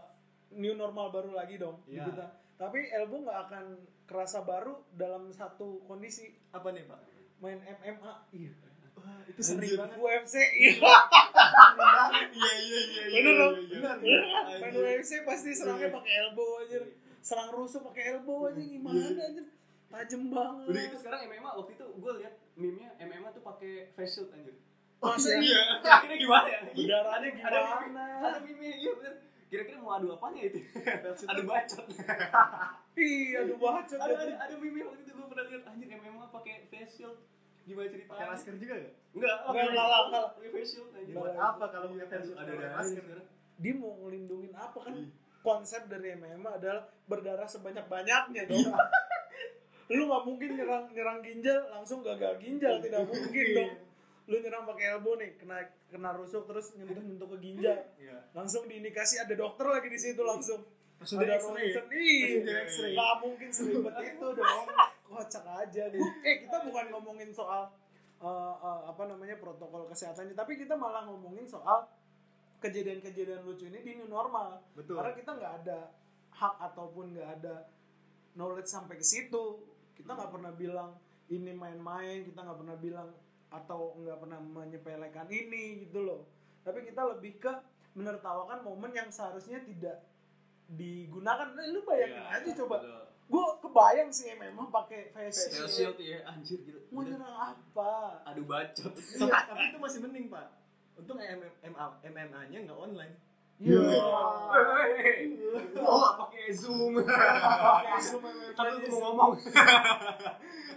[SPEAKER 1] new normal baru lagi dong di
[SPEAKER 2] Iya.
[SPEAKER 1] kita. Tapi elbow nggak akan kerasa baru dalam satu kondisi
[SPEAKER 2] Apa nih pak?
[SPEAKER 1] main MMA, iya.
[SPEAKER 2] Wah, itu sering
[SPEAKER 3] Anjir.
[SPEAKER 2] banget.
[SPEAKER 1] UFC, iya.
[SPEAKER 2] Sering banget.
[SPEAKER 3] Iya iya iya. iya,
[SPEAKER 1] Bener dong?
[SPEAKER 3] iya,
[SPEAKER 2] Bener.
[SPEAKER 3] iya.
[SPEAKER 1] main
[SPEAKER 3] Anjir.
[SPEAKER 1] UFC pasti serangnya pakai elbow aja. Serang rusuh pakai elbow aja gimana aja. Tajem
[SPEAKER 3] Udah itu
[SPEAKER 1] banget.
[SPEAKER 3] Nah, sekarang MMA waktu itu gue liat meme-nya MMA tuh pakai face shield anjir.
[SPEAKER 1] Masa iya?
[SPEAKER 3] Kira-kira gimana ya?
[SPEAKER 1] Udaranya
[SPEAKER 3] Ada- ada meme-
[SPEAKER 1] gimana?
[SPEAKER 3] Ada meme iya bener. Kira-kira mau adu apanya itu? Adu bacot.
[SPEAKER 1] Iya, aduh bacot.
[SPEAKER 3] Ada ada ada meme waktu itu gue pernah liat anjir MMA pakai face shield. Gimana
[SPEAKER 2] Pakai
[SPEAKER 3] ceritanya?
[SPEAKER 2] masker juga gak?
[SPEAKER 3] Enggak,
[SPEAKER 1] Enggak, enggak, enggak, enggak.
[SPEAKER 3] Pakai face shield anjir.
[SPEAKER 1] Enggak.
[SPEAKER 2] Buat apa kalau pakai versi
[SPEAKER 3] Ada ada
[SPEAKER 2] pakai
[SPEAKER 3] masker
[SPEAKER 2] masker?
[SPEAKER 3] sekarang.
[SPEAKER 1] Dia mau ngelindungin apa kan?
[SPEAKER 3] Iya.
[SPEAKER 1] konsep dari MMA adalah berdarah sebanyak-banyaknya
[SPEAKER 3] Iya.
[SPEAKER 1] dong.
[SPEAKER 3] Iya.
[SPEAKER 1] lu nggak mungkin nyerang nyerang ginjal langsung gagal ginjal tidak mungkin dong. lu nyerang pakai elbow nih kena kena rusuk terus nyentuh nyentuh ke ginjal
[SPEAKER 2] Iya.
[SPEAKER 1] langsung diindikasi ada dokter lagi di situ langsung
[SPEAKER 2] Terus udah
[SPEAKER 1] Ada
[SPEAKER 2] X-ray. ya?
[SPEAKER 1] Robinson. Ih,
[SPEAKER 2] Terus udah X-ray.
[SPEAKER 1] nggak mungkin seribet itu dong kocak aja Bu, eh kita bukan ngomongin soal eh, eh, apa namanya protokol kesehatannya tapi kita malah ngomongin soal kejadian-kejadian lucu ini di new normal
[SPEAKER 2] Betul.
[SPEAKER 1] karena kita nggak ada hak ataupun nggak ada knowledge sampai ke situ kita
[SPEAKER 3] Hmm.
[SPEAKER 1] nggak pernah bilang ini main-main kita nggak pernah bilang atau nggak pernah menyepelekan ini gitu loh tapi kita lebih ke menertawakan momen yang seharusnya tidak digunakan Eh, lu bayangin
[SPEAKER 3] Iya,
[SPEAKER 1] aja coba
[SPEAKER 3] betul.
[SPEAKER 1] gue kebayang sih memang pakai face
[SPEAKER 3] Face
[SPEAKER 1] shield
[SPEAKER 3] shield ya anjir gila.
[SPEAKER 1] mau
[SPEAKER 3] Udah.
[SPEAKER 1] nyerang apa
[SPEAKER 3] Aduh bacot.
[SPEAKER 2] *laughs* Tapi- Iya, tapi itu masih mending, Pak. Untung MMA-nya nggak online.
[SPEAKER 1] Iya.
[SPEAKER 3] Oh, pakai *laughs* Zoom.
[SPEAKER 1] Pakai zoom, pakai
[SPEAKER 3] Tapi
[SPEAKER 1] face
[SPEAKER 3] aku mau
[SPEAKER 1] shield.
[SPEAKER 3] ngomong. *laughs*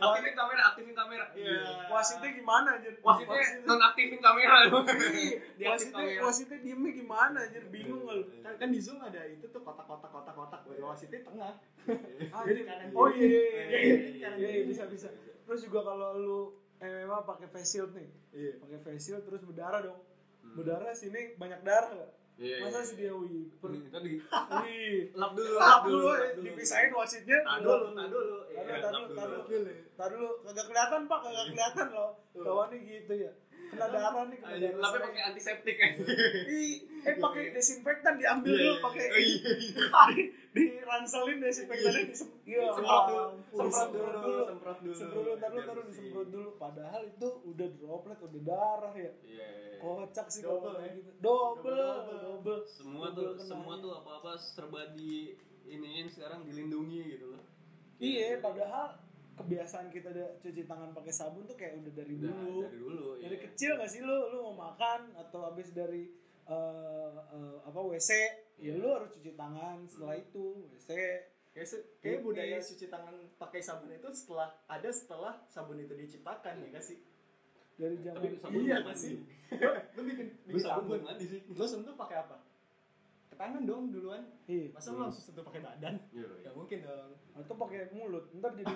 [SPEAKER 3] aktifin kamera, aktifin kamera. Iya.
[SPEAKER 1] wasitnya gimana anjir
[SPEAKER 3] Wasitnya nonaktifin kamera.
[SPEAKER 1] Iya,
[SPEAKER 3] Diaktif
[SPEAKER 1] wasitnya
[SPEAKER 3] kamera.
[SPEAKER 1] wasitnya diemnya gimana anjir
[SPEAKER 3] Iya.
[SPEAKER 1] bingung lu
[SPEAKER 2] Kan, kan di Zoom ada itu tuh kotak-kotak kotak-kotak. Wasitnya tengah.
[SPEAKER 1] Iya. Ah,
[SPEAKER 2] Jadi kanan
[SPEAKER 1] oh iya
[SPEAKER 2] kiri.
[SPEAKER 1] iya iya, iya.
[SPEAKER 2] Iya,
[SPEAKER 1] Iya, iya, bisa bisa terus juga kalau lu MMA pakai face shield nih
[SPEAKER 2] Iya.
[SPEAKER 1] pakai face shield terus berdarah dong
[SPEAKER 3] Hmm.
[SPEAKER 1] berdarah sini banyak darah nggak
[SPEAKER 3] Iya, iya,
[SPEAKER 1] masa
[SPEAKER 3] iya.
[SPEAKER 1] sih dia wih per
[SPEAKER 3] Ini Tadi
[SPEAKER 1] wih
[SPEAKER 3] lap dulu,
[SPEAKER 1] Tar dulu eh, dipisahin wasitnya
[SPEAKER 3] Tak dulu, tak dulu.
[SPEAKER 1] Tar
[SPEAKER 3] Iya,
[SPEAKER 1] dulu, tar
[SPEAKER 3] lap
[SPEAKER 1] dulu,
[SPEAKER 3] dulu.
[SPEAKER 1] tar dulu. Tar dulu, kagak kelihatan pak, kagak kelihatan loh. Lawannya gitu ya. Kena darah nih, kena
[SPEAKER 3] Anjir,
[SPEAKER 1] darah.
[SPEAKER 3] Iya, Lapnya pakai antiseptik
[SPEAKER 1] Iya,
[SPEAKER 3] kan.
[SPEAKER 1] Ih, eh pakai desinfektan diambil
[SPEAKER 3] Iya,
[SPEAKER 1] dulu,
[SPEAKER 3] iya,
[SPEAKER 1] pakai
[SPEAKER 3] iya.
[SPEAKER 1] di ranselin desinfektannya di iya,
[SPEAKER 3] Semprot dulu,
[SPEAKER 1] ampun,
[SPEAKER 3] semprot
[SPEAKER 1] semprot
[SPEAKER 3] dulu,
[SPEAKER 1] dulu.
[SPEAKER 3] semprot dulu. Iya,
[SPEAKER 1] Semprot dulu, taruh
[SPEAKER 3] Biar
[SPEAKER 1] taruh
[SPEAKER 3] bersih.
[SPEAKER 1] disemprot dulu. Padahal itu udah droplet, udah darah ya.
[SPEAKER 3] Iya. iya, iya.
[SPEAKER 1] Kocak sih kalau
[SPEAKER 2] Double,
[SPEAKER 1] kayak
[SPEAKER 2] ya?
[SPEAKER 1] gitu. Double,
[SPEAKER 2] Double,
[SPEAKER 1] double.
[SPEAKER 3] semua
[SPEAKER 1] Double
[SPEAKER 3] tuh
[SPEAKER 1] kena
[SPEAKER 3] semua
[SPEAKER 1] ya.
[SPEAKER 3] tuh apa-apa serba di iniin sekarang dilindungi gitu loh.
[SPEAKER 1] Iya, padahal kebiasaan kita da- cuci tangan pakai sabun tuh kayak udah dari
[SPEAKER 3] Udah,
[SPEAKER 1] dulu.
[SPEAKER 3] dari dulu iya.
[SPEAKER 1] dari kecil gak sih lu lu mau makan atau habis dari eh, eh, apa WC ya
[SPEAKER 3] Iya. Hmm.
[SPEAKER 1] lu harus cuci tangan setelah itu WC
[SPEAKER 2] Kayak se- kayak
[SPEAKER 1] Iya.
[SPEAKER 2] budaya cuci tangan pakai sabun itu setelah ada setelah sabun itu diciptakan ya nggak sih?
[SPEAKER 1] dari jam
[SPEAKER 3] Tapi sabun
[SPEAKER 2] Iya,
[SPEAKER 3] bukan
[SPEAKER 2] pasti.
[SPEAKER 3] mandi.
[SPEAKER 2] Lo, lo bikin,
[SPEAKER 3] Gue
[SPEAKER 2] bikin
[SPEAKER 3] sabun
[SPEAKER 2] sabun.
[SPEAKER 3] bukan mandi sih.
[SPEAKER 2] Lo sentuh pakai apa? Ke tangan dong duluan.
[SPEAKER 1] iya
[SPEAKER 2] Masa lo
[SPEAKER 3] Hmm.
[SPEAKER 2] langsung sentuh pakai badan?
[SPEAKER 3] Iya, iya.
[SPEAKER 2] Gak mungkin dong.
[SPEAKER 1] atau Nah, pakai mulut ntar
[SPEAKER 3] *laughs*
[SPEAKER 1] jadi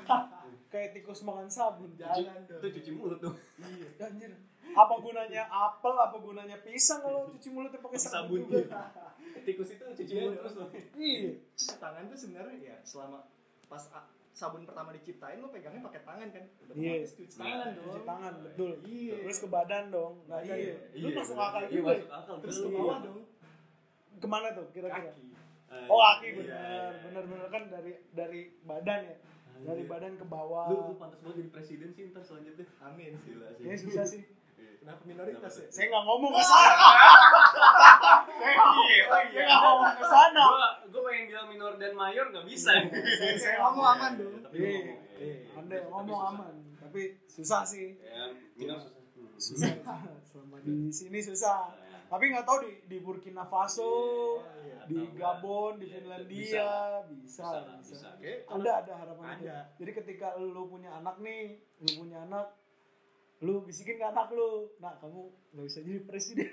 [SPEAKER 1] kayak tikus makan sabun
[SPEAKER 2] Jangan dong.
[SPEAKER 3] Itu cuci mulut tuh.
[SPEAKER 2] Iya.
[SPEAKER 1] anjir apa gunanya apel apa gunanya pisang kalau cuci mulutnya pakai
[SPEAKER 3] Pakai
[SPEAKER 1] sabun,
[SPEAKER 3] sabun. iya.
[SPEAKER 1] juga
[SPEAKER 3] Tikus itu cuci
[SPEAKER 2] Iya,
[SPEAKER 3] mulut
[SPEAKER 2] dong.
[SPEAKER 3] terus loh.
[SPEAKER 1] iya
[SPEAKER 2] Tangan tuh sebenarnya ya selama pas a- sabun pertama diciptain lo pegangnya pakai tangan kan. Udah
[SPEAKER 1] Iya.
[SPEAKER 2] otomatis cuci tangan
[SPEAKER 3] Iya.
[SPEAKER 2] dong.
[SPEAKER 1] cuci tangan betul
[SPEAKER 2] Iya.
[SPEAKER 1] terus ke badan dong nah
[SPEAKER 2] Iya,
[SPEAKER 1] iya lu
[SPEAKER 3] Iya,
[SPEAKER 1] masuk
[SPEAKER 3] iya.
[SPEAKER 1] akal
[SPEAKER 3] Iya,
[SPEAKER 1] juga ya?
[SPEAKER 3] masuk akal.
[SPEAKER 2] Terus
[SPEAKER 3] Betul.
[SPEAKER 2] ke bawah dong.
[SPEAKER 1] kemana tuh kira-kira
[SPEAKER 2] Kaki.
[SPEAKER 3] Eh,
[SPEAKER 1] oh kaki
[SPEAKER 3] iya,
[SPEAKER 1] bener
[SPEAKER 3] iya.
[SPEAKER 1] bener bener kan dari dari badan ya dari
[SPEAKER 3] Anjir.
[SPEAKER 1] badan ke bawah
[SPEAKER 3] Lu, lu pantas banget jadi presiden sih ntar selanjutnya.
[SPEAKER 2] Amin.
[SPEAKER 3] Gila Iya, sih. Iya.
[SPEAKER 1] Kayaknya susah
[SPEAKER 3] *laughs*
[SPEAKER 1] sih.
[SPEAKER 2] Kenapa minoritas ya?
[SPEAKER 1] Saya nggak ngomong ke sana.
[SPEAKER 3] Iya,
[SPEAKER 1] Saya nggak ngomong ke sana.
[SPEAKER 3] Gua gua pengen bilang minor dan mayor nggak bisa.
[SPEAKER 2] Saya- Saya
[SPEAKER 1] Iya,
[SPEAKER 2] ngomong aman dong.
[SPEAKER 3] Tapi
[SPEAKER 1] Iya,
[SPEAKER 3] ngomong. Iya, iya.
[SPEAKER 1] Anda
[SPEAKER 3] Tapi
[SPEAKER 1] ngomong
[SPEAKER 3] susah.
[SPEAKER 1] aman, tapi susah sih.
[SPEAKER 3] Ya, minor susah. Hmm.
[SPEAKER 1] Susah. *laughs* Selama di sini susah. Tapi nggak tahu di di Burkina Faso,
[SPEAKER 2] Iya.
[SPEAKER 1] di
[SPEAKER 3] Atau
[SPEAKER 1] Gabon, di
[SPEAKER 3] iya,
[SPEAKER 1] Finlandia bisa,
[SPEAKER 3] bisa, lah, bisa.
[SPEAKER 1] bisa.
[SPEAKER 2] Oke.
[SPEAKER 1] Ada ada harapan itu.
[SPEAKER 2] Ada.
[SPEAKER 1] Jadi ketika lu punya anak nih, lu punya anak, lu bisikin ke anak lu, nah kamu nggak bisa jadi
[SPEAKER 3] *laughs*
[SPEAKER 1] presiden.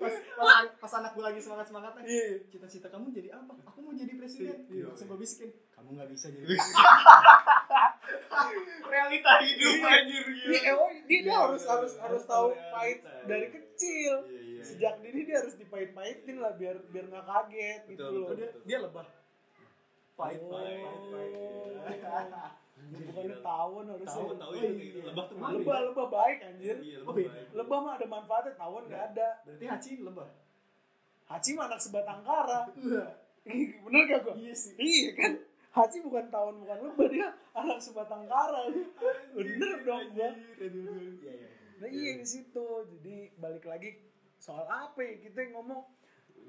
[SPEAKER 2] Pas, pas, pas anak gue lagi semangat semangatnya.
[SPEAKER 1] Iya.
[SPEAKER 2] cita-cita kamu jadi apa? Aku mau jadi presiden.
[SPEAKER 3] Iya.
[SPEAKER 2] Langsung gue bisikin, kamu nggak bisa jadi presiden.
[SPEAKER 3] Realita hidup anjir
[SPEAKER 1] Dia, eh, oh, dia, dia
[SPEAKER 2] Iya,
[SPEAKER 1] harus
[SPEAKER 2] iya,
[SPEAKER 1] harus
[SPEAKER 2] iya.
[SPEAKER 1] harus tahu
[SPEAKER 3] Iya,
[SPEAKER 1] pahit
[SPEAKER 3] iya.
[SPEAKER 1] dari kecil.
[SPEAKER 3] Iya, iya.
[SPEAKER 1] Sejak dini dia harus dipahit-pahitin lah biar biar nggak kaget gitu
[SPEAKER 3] Betul,
[SPEAKER 1] loh.
[SPEAKER 2] Lalu dia, dia lebah. Pahit,
[SPEAKER 1] Oh.
[SPEAKER 2] pahit, pahit, pahit.
[SPEAKER 1] Anjir, Oh. Bukan tahun harusnya.
[SPEAKER 3] Tahun
[SPEAKER 2] Oh,
[SPEAKER 3] tahun itu
[SPEAKER 2] iya.
[SPEAKER 3] gitu. Lebah tuh
[SPEAKER 1] Lebah
[SPEAKER 3] manis.
[SPEAKER 1] lebah baik anjir.
[SPEAKER 3] Iya,
[SPEAKER 2] Oh, iya.
[SPEAKER 3] baik.
[SPEAKER 1] Lebah mah ada manfaatnya, tahun nggak ada.
[SPEAKER 2] Berarti Haji lebah.
[SPEAKER 1] Haji mah anak sebatang kara. *laughs* Bener gak gua?
[SPEAKER 2] Iya sih.
[SPEAKER 1] Iya kan? Haji bukan tahun bukan lebah dia anak sebatang kara. Bener dong gua.
[SPEAKER 2] Anjir, aduh, aduh. Iya, iya.
[SPEAKER 1] Nah iya di situ. Jadi balik lagi soal apa ya? Kita yang ngomong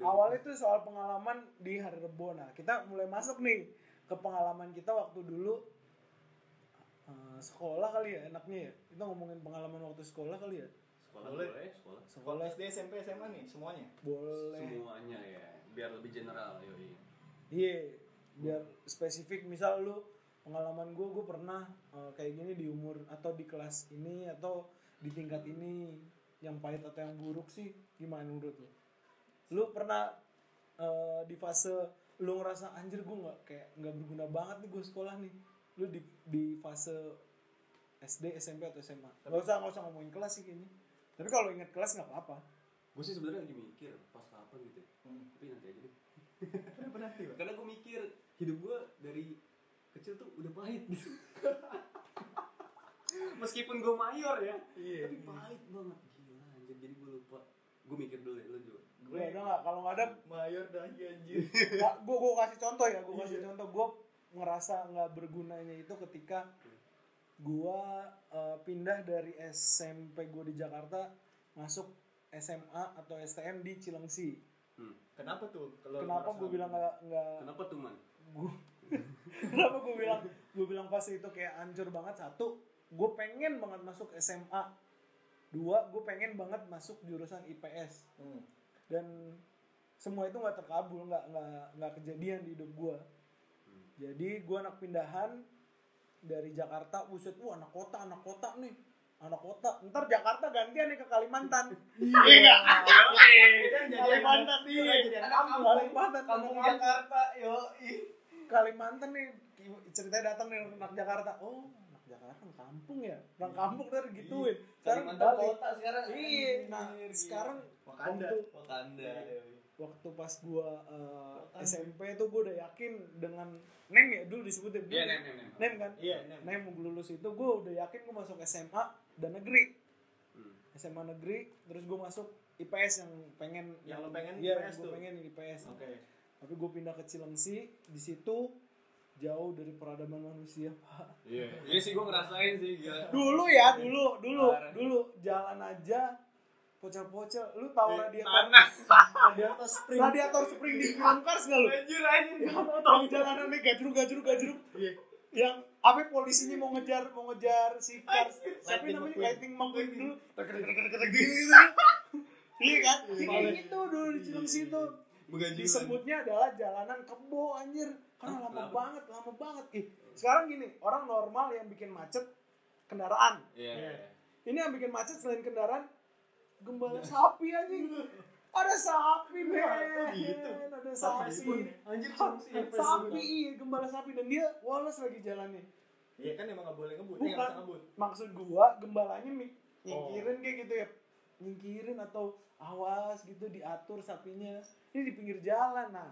[SPEAKER 3] Udah.
[SPEAKER 1] awalnya tuh soal pengalaman di hari Rebo. Nah, kita mulai masuk nih ke pengalaman kita waktu dulu eh, sekolah kali ya enaknya ya. Kita ngomongin pengalaman waktu sekolah kali ya.
[SPEAKER 3] Sekolah
[SPEAKER 2] Boleh.
[SPEAKER 3] boleh, sekolah.
[SPEAKER 2] Kalau
[SPEAKER 1] Sekolah
[SPEAKER 2] SD, SMP, SMA nih semuanya.
[SPEAKER 1] boleh.
[SPEAKER 3] Semuanya ya, biar lebih general yoi.
[SPEAKER 1] Iya, biar spesifik misal lu pengalaman gue gue pernah eh, kayak gini di umur atau di kelas ini atau di tingkat ini yang pahit atau yang buruk sih gimana menurut lu? Lu pernah eh, di fase lu ngerasa anjir gue nggak kayak nggak berguna banget nih gue sekolah nih. Lu di di fase SD, SMP atau SMA? Gak usah, gak usah ngomongin kelas sih kayaknya. Tapi kalau inget kelas nggak apa-apa.
[SPEAKER 3] gue sih sebenarnya lagi mikir pas kapan gitu ya.
[SPEAKER 2] Hmm.
[SPEAKER 3] tapi nanti aja deh
[SPEAKER 2] Kenapa nanti? Pak?
[SPEAKER 3] karena gue mikir hidup gue dari kecil tuh udah pahit *laughs* meskipun gue mayor ya
[SPEAKER 2] Iya.
[SPEAKER 3] tapi pahit banget gila anjir jadi gue lupa gue mikir dulu ya lo juga
[SPEAKER 1] Gue ada nggak? Kalau nggak ada,
[SPEAKER 2] mayor dah iya, anjir.
[SPEAKER 1] Nah, gue gue kasih contoh ya gue kasih
[SPEAKER 2] Iya.
[SPEAKER 1] contoh gue ngerasa nggak bergunanya itu ketika gue pindah dari SMP gue di Jakarta masuk SMA atau STM di Cilengsi
[SPEAKER 3] Hmm.
[SPEAKER 2] Kenapa tuh? Kalau
[SPEAKER 1] kenapa
[SPEAKER 2] merasa-
[SPEAKER 1] gue bilang nggak nggak
[SPEAKER 3] kenapa tuh man
[SPEAKER 1] gue *laughs* kenapa gue bilang gue bilang pas itu kayak hancur banget satu gue pengen banget masuk SMA dua gue pengen banget masuk jurusan IPS
[SPEAKER 2] Hmm.
[SPEAKER 1] dan semua itu nggak terkabul nggak nggak nggak kejadian di hidup gue
[SPEAKER 3] Hmm.
[SPEAKER 1] jadi gue anak pindahan dari Jakarta buset wah anak kota anak kota nih anak kota ntar Jakarta gantian nih ke
[SPEAKER 2] *laughs*
[SPEAKER 1] Kalimantan
[SPEAKER 2] Iya. Kita jadi
[SPEAKER 1] Kalimantan
[SPEAKER 2] Kita
[SPEAKER 1] nih
[SPEAKER 2] jadi
[SPEAKER 1] iya.
[SPEAKER 2] anak
[SPEAKER 1] Kampung, Kalimantan
[SPEAKER 2] kampung
[SPEAKER 1] anak
[SPEAKER 2] Jakarta, yo.
[SPEAKER 1] Kalimantan nih ceritanya datang nih anak Jakarta oh anak Jakarta anak kampung ya orang kampung ntar gituin sekarang balik
[SPEAKER 2] Iya. kota sekarang.
[SPEAKER 1] iya nah
[SPEAKER 2] Anjir, gila.
[SPEAKER 1] sekarang Iya.
[SPEAKER 2] Wakanda.
[SPEAKER 1] waktu-
[SPEAKER 2] Wakanda.
[SPEAKER 1] waktu pas gua uh,
[SPEAKER 2] Kota.
[SPEAKER 1] SMP tuh gua udah yakin dengan nem ya dulu disebutin
[SPEAKER 3] iya
[SPEAKER 1] nem.
[SPEAKER 3] nem nem nem
[SPEAKER 1] kan
[SPEAKER 2] Iya,
[SPEAKER 1] nem mau lulus itu gua udah yakin gua masuk SMA dan negeri
[SPEAKER 3] Hmm.
[SPEAKER 1] SMA negeri terus gua masuk IPS yang pengen
[SPEAKER 2] Yang lo pengen
[SPEAKER 1] iya,
[SPEAKER 2] IPS
[SPEAKER 1] yang gua
[SPEAKER 2] tuh?
[SPEAKER 1] pengen IPS
[SPEAKER 2] Oke.
[SPEAKER 1] tapi gua pindah ke Cilengsi di situ jauh dari peradaban manusia Pak.
[SPEAKER 3] iya iya sih gue ngerasain sih gila
[SPEAKER 1] dulu ya dulu dulu
[SPEAKER 3] Parah.
[SPEAKER 1] dulu jalan aja pocel-pocel lu tahu radiator
[SPEAKER 3] tanah
[SPEAKER 2] Radiator spring.
[SPEAKER 1] radiator spring di Chrome Cars nggak lu
[SPEAKER 3] anjir anjir
[SPEAKER 1] yang yang jalanan nih Ya, gajruk gajruk gajruk
[SPEAKER 2] Iya.
[SPEAKER 1] yang apa polisinya mau ngejar mau ngejar si cars siapa
[SPEAKER 2] Lightning
[SPEAKER 1] namanya
[SPEAKER 2] McQueen.
[SPEAKER 1] lightning McQueen dulu iya kan Jadi kayak gitu dulu di
[SPEAKER 2] Iya,
[SPEAKER 1] film situ
[SPEAKER 3] begajulan
[SPEAKER 1] disebutnya adalah jalanan kebo anjir karena
[SPEAKER 2] Ah,
[SPEAKER 3] Hah,
[SPEAKER 1] lama
[SPEAKER 3] kenapa?
[SPEAKER 1] banget lama banget ih sekarang gini orang normal yang bikin macet kendaraan
[SPEAKER 3] iya iya, iya.
[SPEAKER 1] ini yang bikin macet selain kendaraan gembala
[SPEAKER 2] Iya.
[SPEAKER 1] sapi anjing ada sapi men
[SPEAKER 2] Wah, Iya, gitu.
[SPEAKER 1] ada
[SPEAKER 2] Sapi pun.
[SPEAKER 1] sapi
[SPEAKER 2] Anjir,
[SPEAKER 1] sapi,
[SPEAKER 2] sapi.
[SPEAKER 1] sapi iya gembala sapi dan dia Wallace lagi jalannya
[SPEAKER 2] Iya kan emang nggak boleh ngebut.
[SPEAKER 1] Bukan.
[SPEAKER 2] Iya, nggak usah ngebut.
[SPEAKER 1] maksud gua gembalanya mi-
[SPEAKER 2] Oh.
[SPEAKER 1] nyingkirin kayak gitu ya nyingkirin atau awas gitu diatur sapinya ini di pinggir jalan nah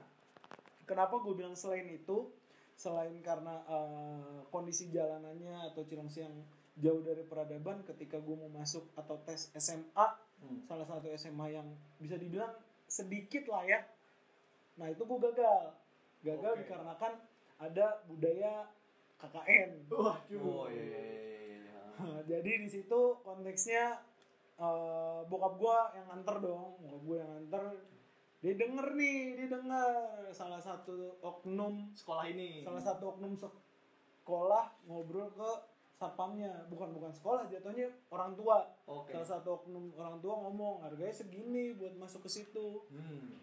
[SPEAKER 1] kenapa gua bilang selain itu selain karena eh, kondisi jalanannya atau Cilengsi yang jauh dari peradaban ketika gua mau masuk atau tes SMA
[SPEAKER 2] Hmm.
[SPEAKER 1] salah satu SMA yang bisa dibilang sedikit lah ya. Nah itu gue gagal, gagal
[SPEAKER 2] Oke.
[SPEAKER 1] dikarenakan ada budaya KKN.
[SPEAKER 2] Waduh.
[SPEAKER 3] oh iya iya, iya, iya.
[SPEAKER 1] *laughs* Jadi di situ konteksnya eh, bokap gue yang nganter dong, bokap gue yang nganter. Dia denger nih, dia denger salah satu oknum,
[SPEAKER 2] Sekolah ini.
[SPEAKER 1] salah satu oknum sekolah ngobrol ke satpamnya, bukan bukan sekolah jatuhnya orang tua.
[SPEAKER 2] Oke.
[SPEAKER 1] Salah satu oknum orang tua ngomong harganya segini buat masuk ke situ.
[SPEAKER 2] Hmm.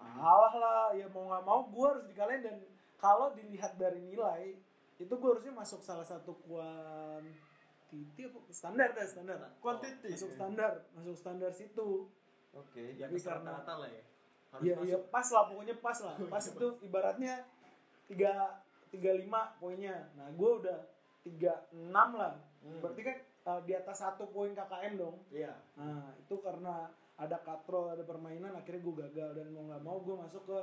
[SPEAKER 1] Alah lah, ya mau nggak mau gue harus dikalahin dan kalau dilihat dari nilai itu gue harusnya masuk salah satu kuantiti apa standar dah standar.
[SPEAKER 2] Kuantiti.
[SPEAKER 1] Masuk standar, masuk standar situ.
[SPEAKER 3] oke
[SPEAKER 2] Ya
[SPEAKER 1] Tapi
[SPEAKER 2] tapi
[SPEAKER 1] karena-
[SPEAKER 2] rata lah ya. Harus
[SPEAKER 1] Iya iya
[SPEAKER 2] masuk.
[SPEAKER 1] pas lah pokoknya pas lah. Pas itu ibaratnya tiga tiga lima poinnya. Nah gue udah tiga enam lah.
[SPEAKER 2] Hmm.
[SPEAKER 1] Berarti kan eh, di atas satu poin KKM dong.
[SPEAKER 2] Iya.
[SPEAKER 1] Nah, itu karena ada katrol, ada permainan, akhirnya gue gagal. Dan mau nggak mau gue masuk ke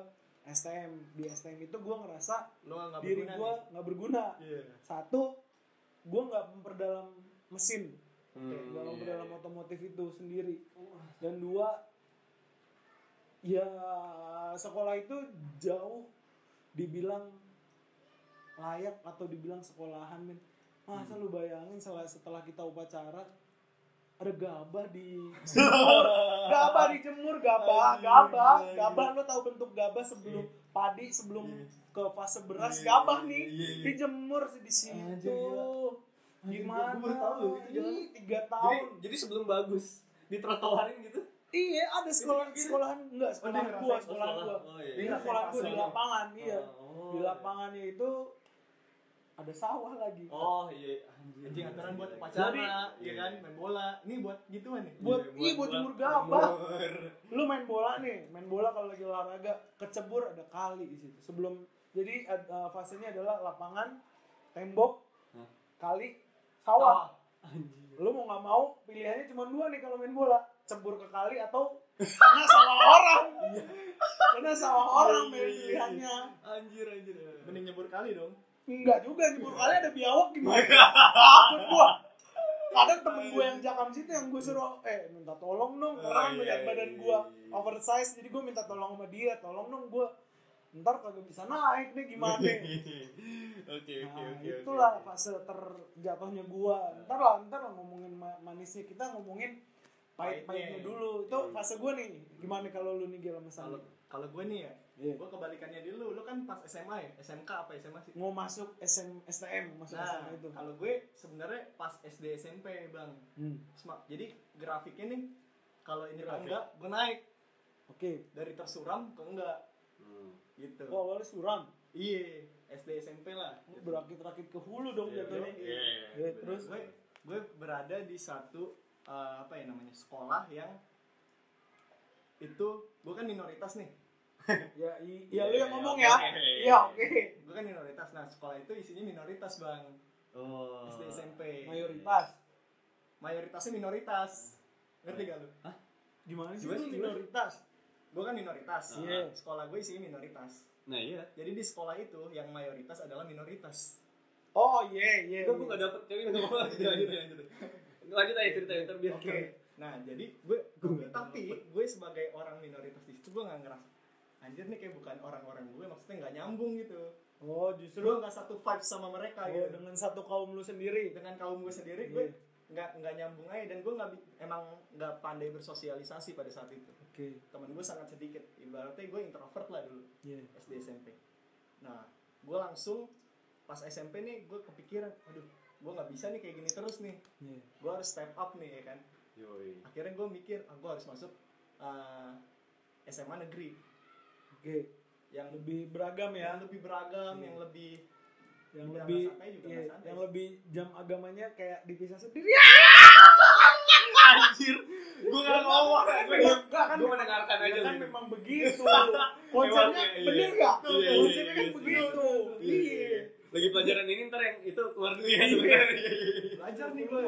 [SPEAKER 1] STM. Di STM itu gue ngerasa
[SPEAKER 2] Lo nggak
[SPEAKER 1] diri
[SPEAKER 2] berguna
[SPEAKER 1] gue
[SPEAKER 2] nih.
[SPEAKER 1] nggak berguna. *laughs*
[SPEAKER 2] Iya.
[SPEAKER 1] Satu, gue nggak memperdalam mesin. nggak
[SPEAKER 3] Hmm, iya,
[SPEAKER 1] memperdalam
[SPEAKER 3] iya.
[SPEAKER 1] otomotif itu sendiri. Dan dua, ya sekolah itu jauh dibilang layak atau dibilang sekolahan men masa
[SPEAKER 2] Hmm.
[SPEAKER 1] lu bayangin setelah setelah kita upacara ada gabah di
[SPEAKER 2] *laughs*
[SPEAKER 1] gabah dijemur gabah
[SPEAKER 2] Aduh,
[SPEAKER 1] gabah
[SPEAKER 2] gila,
[SPEAKER 1] gabah lu tahu bentuk gabah sebelum padi sebelum ke fase
[SPEAKER 3] Iya,
[SPEAKER 1] beras gabah nih dijemur sih di
[SPEAKER 2] Anjir,
[SPEAKER 1] situ
[SPEAKER 2] gila. Anjir,
[SPEAKER 1] gimana
[SPEAKER 2] gua baru tahu loh, itu jalan.
[SPEAKER 1] Ih, tiga
[SPEAKER 3] jadi,
[SPEAKER 1] tahun
[SPEAKER 3] jadi sebelum bagus diterotoarin gitu
[SPEAKER 1] iya ada sekolah
[SPEAKER 3] gini.
[SPEAKER 1] sekolahan enggak sekolah
[SPEAKER 2] ngerasain
[SPEAKER 1] gua
[SPEAKER 2] pas
[SPEAKER 1] sekolah gua
[SPEAKER 3] oh iya
[SPEAKER 1] ini
[SPEAKER 2] Ini
[SPEAKER 3] iya.
[SPEAKER 1] sekolah
[SPEAKER 2] ngerasain pas
[SPEAKER 1] gua di
[SPEAKER 2] ini.
[SPEAKER 1] lapangan iya
[SPEAKER 3] Oh,
[SPEAKER 1] di
[SPEAKER 3] iya.
[SPEAKER 1] lapangannya itu ada sawah lagi
[SPEAKER 3] oh iya anjir
[SPEAKER 2] Anjing aturan buat
[SPEAKER 3] Iya.
[SPEAKER 1] Jadi-
[SPEAKER 2] upacara, ya kan, main bola. Ini buat gituan nih.
[SPEAKER 1] buat iya
[SPEAKER 3] Iya,
[SPEAKER 1] buat
[SPEAKER 3] buat-
[SPEAKER 1] jemur
[SPEAKER 3] buat
[SPEAKER 1] gabah
[SPEAKER 3] jemur. *laughs*
[SPEAKER 1] lu main bola nih main bola kalau lagi olahraga kecebur ada kali di situ sebelum jadi ad- eh, fasenya adalah lapangan tembok
[SPEAKER 3] Hah?
[SPEAKER 1] kali sawah.
[SPEAKER 3] Anjir.
[SPEAKER 1] Lu mau nggak mau pilihannya cuma dua nih kalau main bola, cebur ke kali atau kena sawah orang. kena sawah orang main pilihannya.
[SPEAKER 3] Anjir anjir.
[SPEAKER 2] Iya. Mending nyebur kali dong.
[SPEAKER 1] Enggak juga nyebur kali ada biawak gimana?
[SPEAKER 3] Iya.
[SPEAKER 1] Takut gua. Kadang temen gue yang jakam situ yang gue suruh eh minta tolong dong
[SPEAKER 3] Oh,
[SPEAKER 1] karena
[SPEAKER 3] iya,
[SPEAKER 1] melihat
[SPEAKER 3] iya,
[SPEAKER 1] badan
[SPEAKER 3] iya,
[SPEAKER 1] gue
[SPEAKER 3] iya.
[SPEAKER 1] oversize jadi gue minta tolong sama dia tolong dong gue ntar kagak bisa naik nih gimana
[SPEAKER 3] *laughs* Oke oke
[SPEAKER 1] Nah,
[SPEAKER 3] oke.
[SPEAKER 1] itulah
[SPEAKER 3] oke.
[SPEAKER 1] fase terjatuhnya gua. Ntar lah, ntar lah ngomongin ma- manisnya kita ngomongin pahit-pahitnya
[SPEAKER 3] iya,
[SPEAKER 2] Pahitnya.
[SPEAKER 1] dulu. Itu fase gua nih. Gimana kalau lu nih gila sama
[SPEAKER 2] Kalau
[SPEAKER 1] Sandi?
[SPEAKER 2] kalau gue nih ya,
[SPEAKER 1] Iya.
[SPEAKER 2] gue kebalikannya dulu. Lu kan pas SMA ya, SMK apa SMA sih?
[SPEAKER 1] Mau masuk SM, STM, masuk
[SPEAKER 2] Nah,
[SPEAKER 1] SMA itu.
[SPEAKER 2] kalau gue sebenarnya pas SD SMP bang.
[SPEAKER 1] Hmm,
[SPEAKER 2] Sma- Jadi grafiknya nih, kalau ini
[SPEAKER 3] Grafik.
[SPEAKER 2] enggak, gue naik
[SPEAKER 1] Oke.
[SPEAKER 2] dari tersuram ke enggak
[SPEAKER 3] Hmm.
[SPEAKER 2] gitu.
[SPEAKER 1] Gua awalnya suram,
[SPEAKER 2] Iya, SD SMP lah. gitu.
[SPEAKER 1] berakit-rakit ke hulu dong
[SPEAKER 3] Iya,
[SPEAKER 1] jatuhnya.
[SPEAKER 3] iya, iya,
[SPEAKER 1] Ya,
[SPEAKER 3] bener.
[SPEAKER 1] terus?
[SPEAKER 2] Gue gue berada di satu eh, apa ya namanya sekolah yang itu gue kan minoritas nih.
[SPEAKER 1] Ya, i- ya lu yang ngomong ya.
[SPEAKER 3] oke.
[SPEAKER 1] Iya, oke.
[SPEAKER 2] Gue kan minoritas. Nah sekolah itu isinya minoritas bang.
[SPEAKER 3] Oh.
[SPEAKER 2] SD SMP.
[SPEAKER 1] Mayoritas.
[SPEAKER 2] Mayoritasnya minoritas. Ngerti
[SPEAKER 3] Iya.
[SPEAKER 2] gak lu?
[SPEAKER 1] Gimana sih
[SPEAKER 3] Gimana
[SPEAKER 1] lu
[SPEAKER 3] sih,
[SPEAKER 1] minoritas?
[SPEAKER 2] Gue kan minoritas.
[SPEAKER 1] Iya.
[SPEAKER 2] Sekolah gue isinya minoritas.
[SPEAKER 3] Nah iya.
[SPEAKER 2] Jadi di sekolah itu yang mayoritas adalah minoritas.
[SPEAKER 1] Oh, iya, iya.
[SPEAKER 3] Gue gue gak dapet tapi nggak apa-apa. Lanjut lanjut lanjut. Lanjut aja cerita ntar biar.
[SPEAKER 1] Oke.
[SPEAKER 2] Nah jadi gue,
[SPEAKER 3] Gue
[SPEAKER 2] gue-
[SPEAKER 3] Iya. nggak
[SPEAKER 2] tapi gue sebagai orang minoritas di situ gue nggak ngerasa anjir nih kayak bukan orang-orang gue maksudnya nggak nyambung gitu.
[SPEAKER 1] Oh,
[SPEAKER 2] Gue
[SPEAKER 1] justru
[SPEAKER 2] nggak satu vibe sama mereka
[SPEAKER 1] oh,
[SPEAKER 2] gitu.
[SPEAKER 1] dengan satu kaum lu sendiri.
[SPEAKER 2] Dengan kaum gue sendiri
[SPEAKER 1] Iya.
[SPEAKER 2] gue nggak nggak nyambung aja dan gue nggak bi- emang nggak pandai bersosialisasi pada saat itu.
[SPEAKER 1] Oke.
[SPEAKER 2] Temen gue sangat sedikit. Ibaratnya gue introvert lah dulu.
[SPEAKER 1] Iya.
[SPEAKER 2] SD SMP. Nah, gue langsung pas SMP nih gue kepikiran, aduh, gue nggak bisa nih kayak gini terus nih.
[SPEAKER 1] Iya.
[SPEAKER 2] Gue harus step up nih ya kan.
[SPEAKER 3] Yoi.
[SPEAKER 2] Akhirnya gue mikir, ah, gue harus masuk eh, SMA negeri
[SPEAKER 1] Oke.
[SPEAKER 2] yang
[SPEAKER 1] lebih beragam ya
[SPEAKER 2] yang lebih beragam,
[SPEAKER 1] Iya.
[SPEAKER 2] yang lebih
[SPEAKER 1] yang
[SPEAKER 2] Yang
[SPEAKER 1] lebih
[SPEAKER 2] santai juga
[SPEAKER 1] iya,
[SPEAKER 2] nggak santai.
[SPEAKER 1] yang lebih jam agamanya kayak dipisah sendiri
[SPEAKER 3] Iya,
[SPEAKER 1] ya
[SPEAKER 3] Anjir. Gue gak ngomong. Gue
[SPEAKER 1] Enggak, kan
[SPEAKER 3] gue mendengarkan
[SPEAKER 1] ya
[SPEAKER 3] aja.
[SPEAKER 1] kan
[SPEAKER 3] gitu.
[SPEAKER 1] memang begitu
[SPEAKER 3] Emang,
[SPEAKER 1] konsepnya
[SPEAKER 3] iya, iya.
[SPEAKER 1] bener nggak
[SPEAKER 3] Iya, iya,
[SPEAKER 1] konsepnya
[SPEAKER 3] iya,
[SPEAKER 1] kan
[SPEAKER 3] iya,
[SPEAKER 1] begitu
[SPEAKER 3] Iya, iya,
[SPEAKER 1] iya
[SPEAKER 3] iya. Lagi pelajaran ini ntar yang itu keluar dulu ya
[SPEAKER 1] Iya.
[SPEAKER 3] sebenarnya.
[SPEAKER 2] belajar
[SPEAKER 3] Iya,
[SPEAKER 2] nih gue.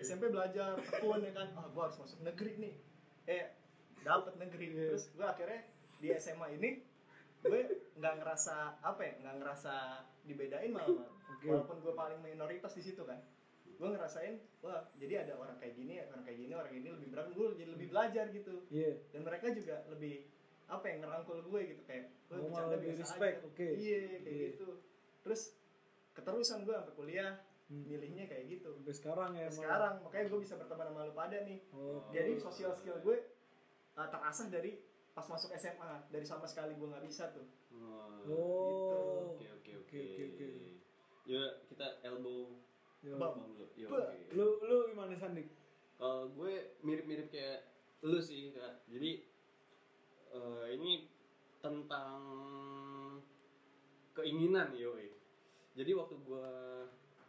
[SPEAKER 2] SMP belajar, tekun ya kan. Ah, gue harus masuk negeri nih. Eh, dapet negeri.
[SPEAKER 1] Iya.
[SPEAKER 2] Terus gue akhirnya di SMA ini gue nggak ngerasa apa ya, nggak ngerasa dibedain malah.
[SPEAKER 1] Oke.
[SPEAKER 2] walaupun gue paling minoritas di situ kan gue ngerasain wah jadi ada orang kayak gini orang kayak gini orang ini lebih beragam gue jadi lebih belajar gitu
[SPEAKER 1] iya
[SPEAKER 2] dan mereka juga lebih apa yang ngerangkul gue gitu kayak gue
[SPEAKER 1] Oh, malah lebih respect, oke.
[SPEAKER 2] iya kayak
[SPEAKER 1] Iya.
[SPEAKER 2] gitu terus keterusan gue sampai kuliah
[SPEAKER 1] Hmm.
[SPEAKER 2] milihnya kayak gitu
[SPEAKER 1] sampai sekarang ya
[SPEAKER 3] Iya,
[SPEAKER 2] Sampai
[SPEAKER 1] malah.
[SPEAKER 2] sekarang makanya gue bisa berteman sama lu pada nih
[SPEAKER 1] oh.
[SPEAKER 2] jadi social skill gue uh, terasah dari pas masuk SMA dari sama sekali gue nggak bisa tuh
[SPEAKER 1] Oh.
[SPEAKER 2] gitu.
[SPEAKER 3] Oke oke
[SPEAKER 1] Oke,
[SPEAKER 3] oke.
[SPEAKER 1] oke, oke.
[SPEAKER 3] Yuk kita elbow
[SPEAKER 1] Yo.
[SPEAKER 2] Bang.
[SPEAKER 3] bang dulu. Yuk,
[SPEAKER 2] Gua-
[SPEAKER 3] oke.
[SPEAKER 1] lu lu gimana Sandik
[SPEAKER 3] Kalau Eh, gue mirip-mirip kayak lu sih Kak. Jadi eh, ini tentang keinginan yoi. Jadi waktu gue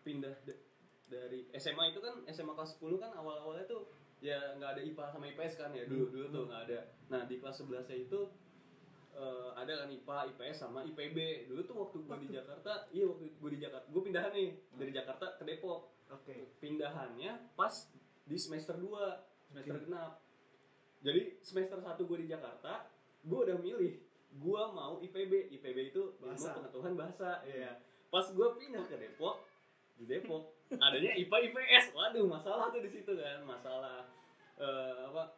[SPEAKER 3] pindah da- dari SMA itu kan SMA kelas 10 kan awal-awalnya tuh ya nggak ada IPA sama IPS kan ya dulu dulu tuh nggak ada. Nah di kelas 11 nya itu eh, ada kan IPA, IPS sama IPB. Dulu tuh waktu gue di Jakarta, iya waktu gue di Jakarta, gue pindahan nih dari Jakarta ke Depok
[SPEAKER 2] oke
[SPEAKER 3] pindahannya pas di semester 2 semester genap jadi semester 1 gue di Jakarta gue udah milih gue mau IPB IPB itu ilmu
[SPEAKER 2] Bahasa.
[SPEAKER 3] pengetahuan bahasa
[SPEAKER 2] Iya.
[SPEAKER 3] pas gue pindah ke Depok di Depok *laughs* adanya IPA IPS waduh masalah tuh di situ kan masalah eh, apa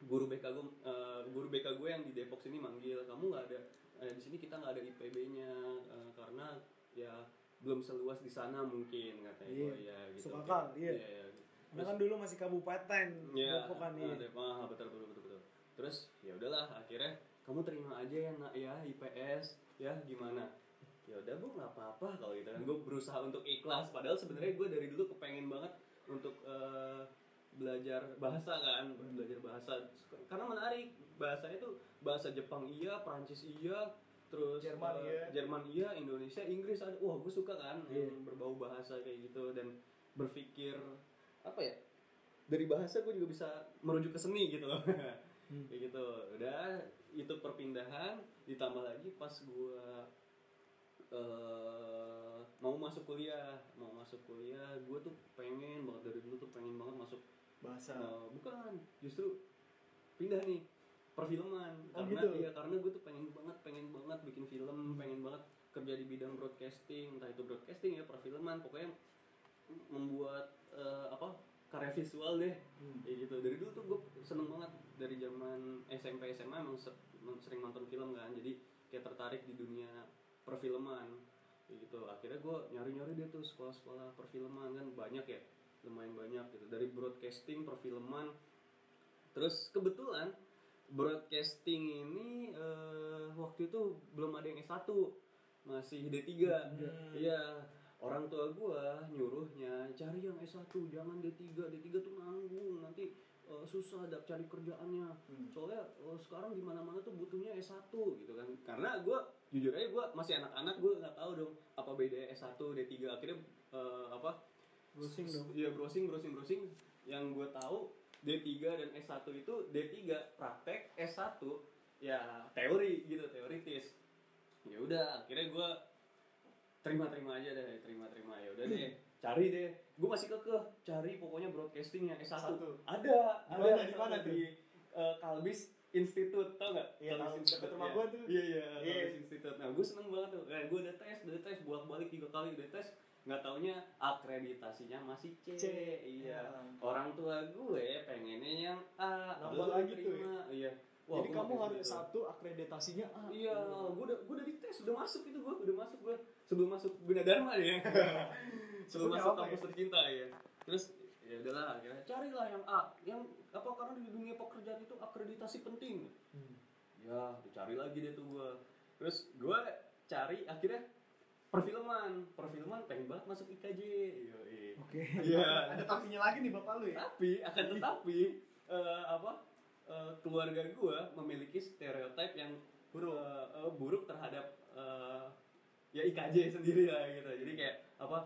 [SPEAKER 3] guru BK gue eh, guru BK gue yang di Depok sini manggil kamu nggak ada eh, di sini kita nggak ada IPB-nya eh, karena ya belum seluas di sana mungkin katanya
[SPEAKER 1] Iya.
[SPEAKER 3] gue ya gitu
[SPEAKER 1] Masuk akal, iya. Karena
[SPEAKER 3] Terus-
[SPEAKER 1] kan dulu masih kabupaten
[SPEAKER 3] Iya,
[SPEAKER 1] Depok kan
[SPEAKER 3] nah,
[SPEAKER 1] iya
[SPEAKER 3] Depok, ah, betul, betul, betul, betul. Terus ya udahlah, akhirnya kamu terima aja ya nak ya IPS ya gimana? Ya udah gue nggak apa-apa kalau gitu kan. Gue berusaha untuk ikhlas. Padahal sebenarnya gue dari dulu kepengen banget untuk eh, belajar bahasa kan,
[SPEAKER 2] Hmm.
[SPEAKER 3] belajar bahasa karena menarik bahasanya tuh bahasa Jepang iya, Prancis iya, terus
[SPEAKER 2] Jerman
[SPEAKER 3] eh,
[SPEAKER 2] iya.
[SPEAKER 3] Jerman iya, Indonesia, Inggris ada. Wah gue suka kan
[SPEAKER 1] Iya.
[SPEAKER 3] yang berbau bahasa kayak gitu dan berpikir apa ya dari bahasa gue juga bisa merujuk ke seni gitu loh *laughs* kayak gitu udah itu perpindahan ditambah lagi pas gue eh mau masuk kuliah mau masuk kuliah gue tuh pengen banget dari dulu tuh pengen banget masuk
[SPEAKER 2] bahasa
[SPEAKER 3] eh, bukan justru pindah nih perfilman
[SPEAKER 2] Oh,
[SPEAKER 3] karena
[SPEAKER 2] gitu?
[SPEAKER 3] iya karena gue tuh pengen banget pengen banget bikin film pengen banget kerja di bidang broadcasting entah itu broadcasting ya perfilman pokoknya membuat eh, apa karya visual deh
[SPEAKER 2] Hmm.
[SPEAKER 3] Ya gitu dari dulu tuh gue seneng banget dari zaman SMP SMA emang se- emang sering nonton film kan jadi kayak tertarik di dunia perfilman Ya gitu akhirnya gue nyari nyari dia tuh sekolah-sekolah perfilman kan banyak ya lumayan banyak gitu dari broadcasting perfilman terus kebetulan broadcasting ini eh, waktu itu belum ada yang S1 masih D3
[SPEAKER 1] Hmm.
[SPEAKER 3] Iya, orang tua gua nyuruhnya cari yang S1, jangan D3. D3 tuh nanggung, nanti eh, susah dap cari kerjaannya.
[SPEAKER 2] Hmm.
[SPEAKER 3] Soalnya eh, sekarang di mana-mana tuh butuhnya S1 gitu kan. Karena gua jujur aja gua masih anak-anak gua nggak tahu dong apa beda S1 D3. Akhirnya eh, apa?
[SPEAKER 1] Browsing dong.
[SPEAKER 3] Iya, browsing browsing browsing yang gua tahu D3 dan S1 itu D3 praktek, S1 ya teori gitu, teoritis. Ya udah, akhirnya gua terima terima aja deh terima terima ya udah deh cari deh gue masih kekeh cari pokoknya broadcasting yang S1
[SPEAKER 2] Satu.
[SPEAKER 3] ada
[SPEAKER 2] Di
[SPEAKER 3] ada
[SPEAKER 2] mana, di mana
[SPEAKER 3] di eh, Kalbis Institute tau gak?
[SPEAKER 2] Iya, tahu. Dekat rumah
[SPEAKER 3] ya.
[SPEAKER 2] gua tuh.
[SPEAKER 3] Iya iya
[SPEAKER 2] Iya.
[SPEAKER 3] Kalbis Institute. Nah gue seneng banget tuh. Nah, gue udah tes, udah tes bolak balik tiga kali udah tes. Nggak taunya akreditasinya masih C.
[SPEAKER 2] C.
[SPEAKER 3] Iya.
[SPEAKER 2] Ya.
[SPEAKER 3] Orang tua gue pengennya yang
[SPEAKER 2] Nambah
[SPEAKER 3] A. padahal gua
[SPEAKER 2] lagi tuh ya.
[SPEAKER 3] terima. Iya. Wah,
[SPEAKER 2] Jadi
[SPEAKER 3] gua
[SPEAKER 2] kamu
[SPEAKER 3] makin
[SPEAKER 2] harus
[SPEAKER 3] gitu.
[SPEAKER 2] satu akreditasinya A.
[SPEAKER 3] Iya, gue udah gue udah dites, udah masuk itu gue, udah masuk gue sebelum masuk Gunadarma
[SPEAKER 2] *laughs*
[SPEAKER 3] ya. sebelum
[SPEAKER 2] Sebelumnya
[SPEAKER 3] masuk
[SPEAKER 2] apa
[SPEAKER 3] kampus
[SPEAKER 2] ya?
[SPEAKER 3] tercinta ya. Terus ya udahlah akhirnya carilah yang A, yang apa karena di dunia pekerjaan itu akreditasi penting.
[SPEAKER 2] Hmm.
[SPEAKER 3] Ya, dicari lagi deh tuh gue. Terus gue cari akhirnya perfilman, perfilman pengen banget masuk IKJ. Yoi. Iya.
[SPEAKER 1] Oke.
[SPEAKER 2] Iya. Ada- Ada tapinya lagi nih bapak lu ya.
[SPEAKER 3] Tapi akan *laughs* tetapi eh, apa eh, keluarga gue memiliki stereotip yang buruk buruk terhadap eh, ya IKJ sendiri lah gitu. Jadi kayak apa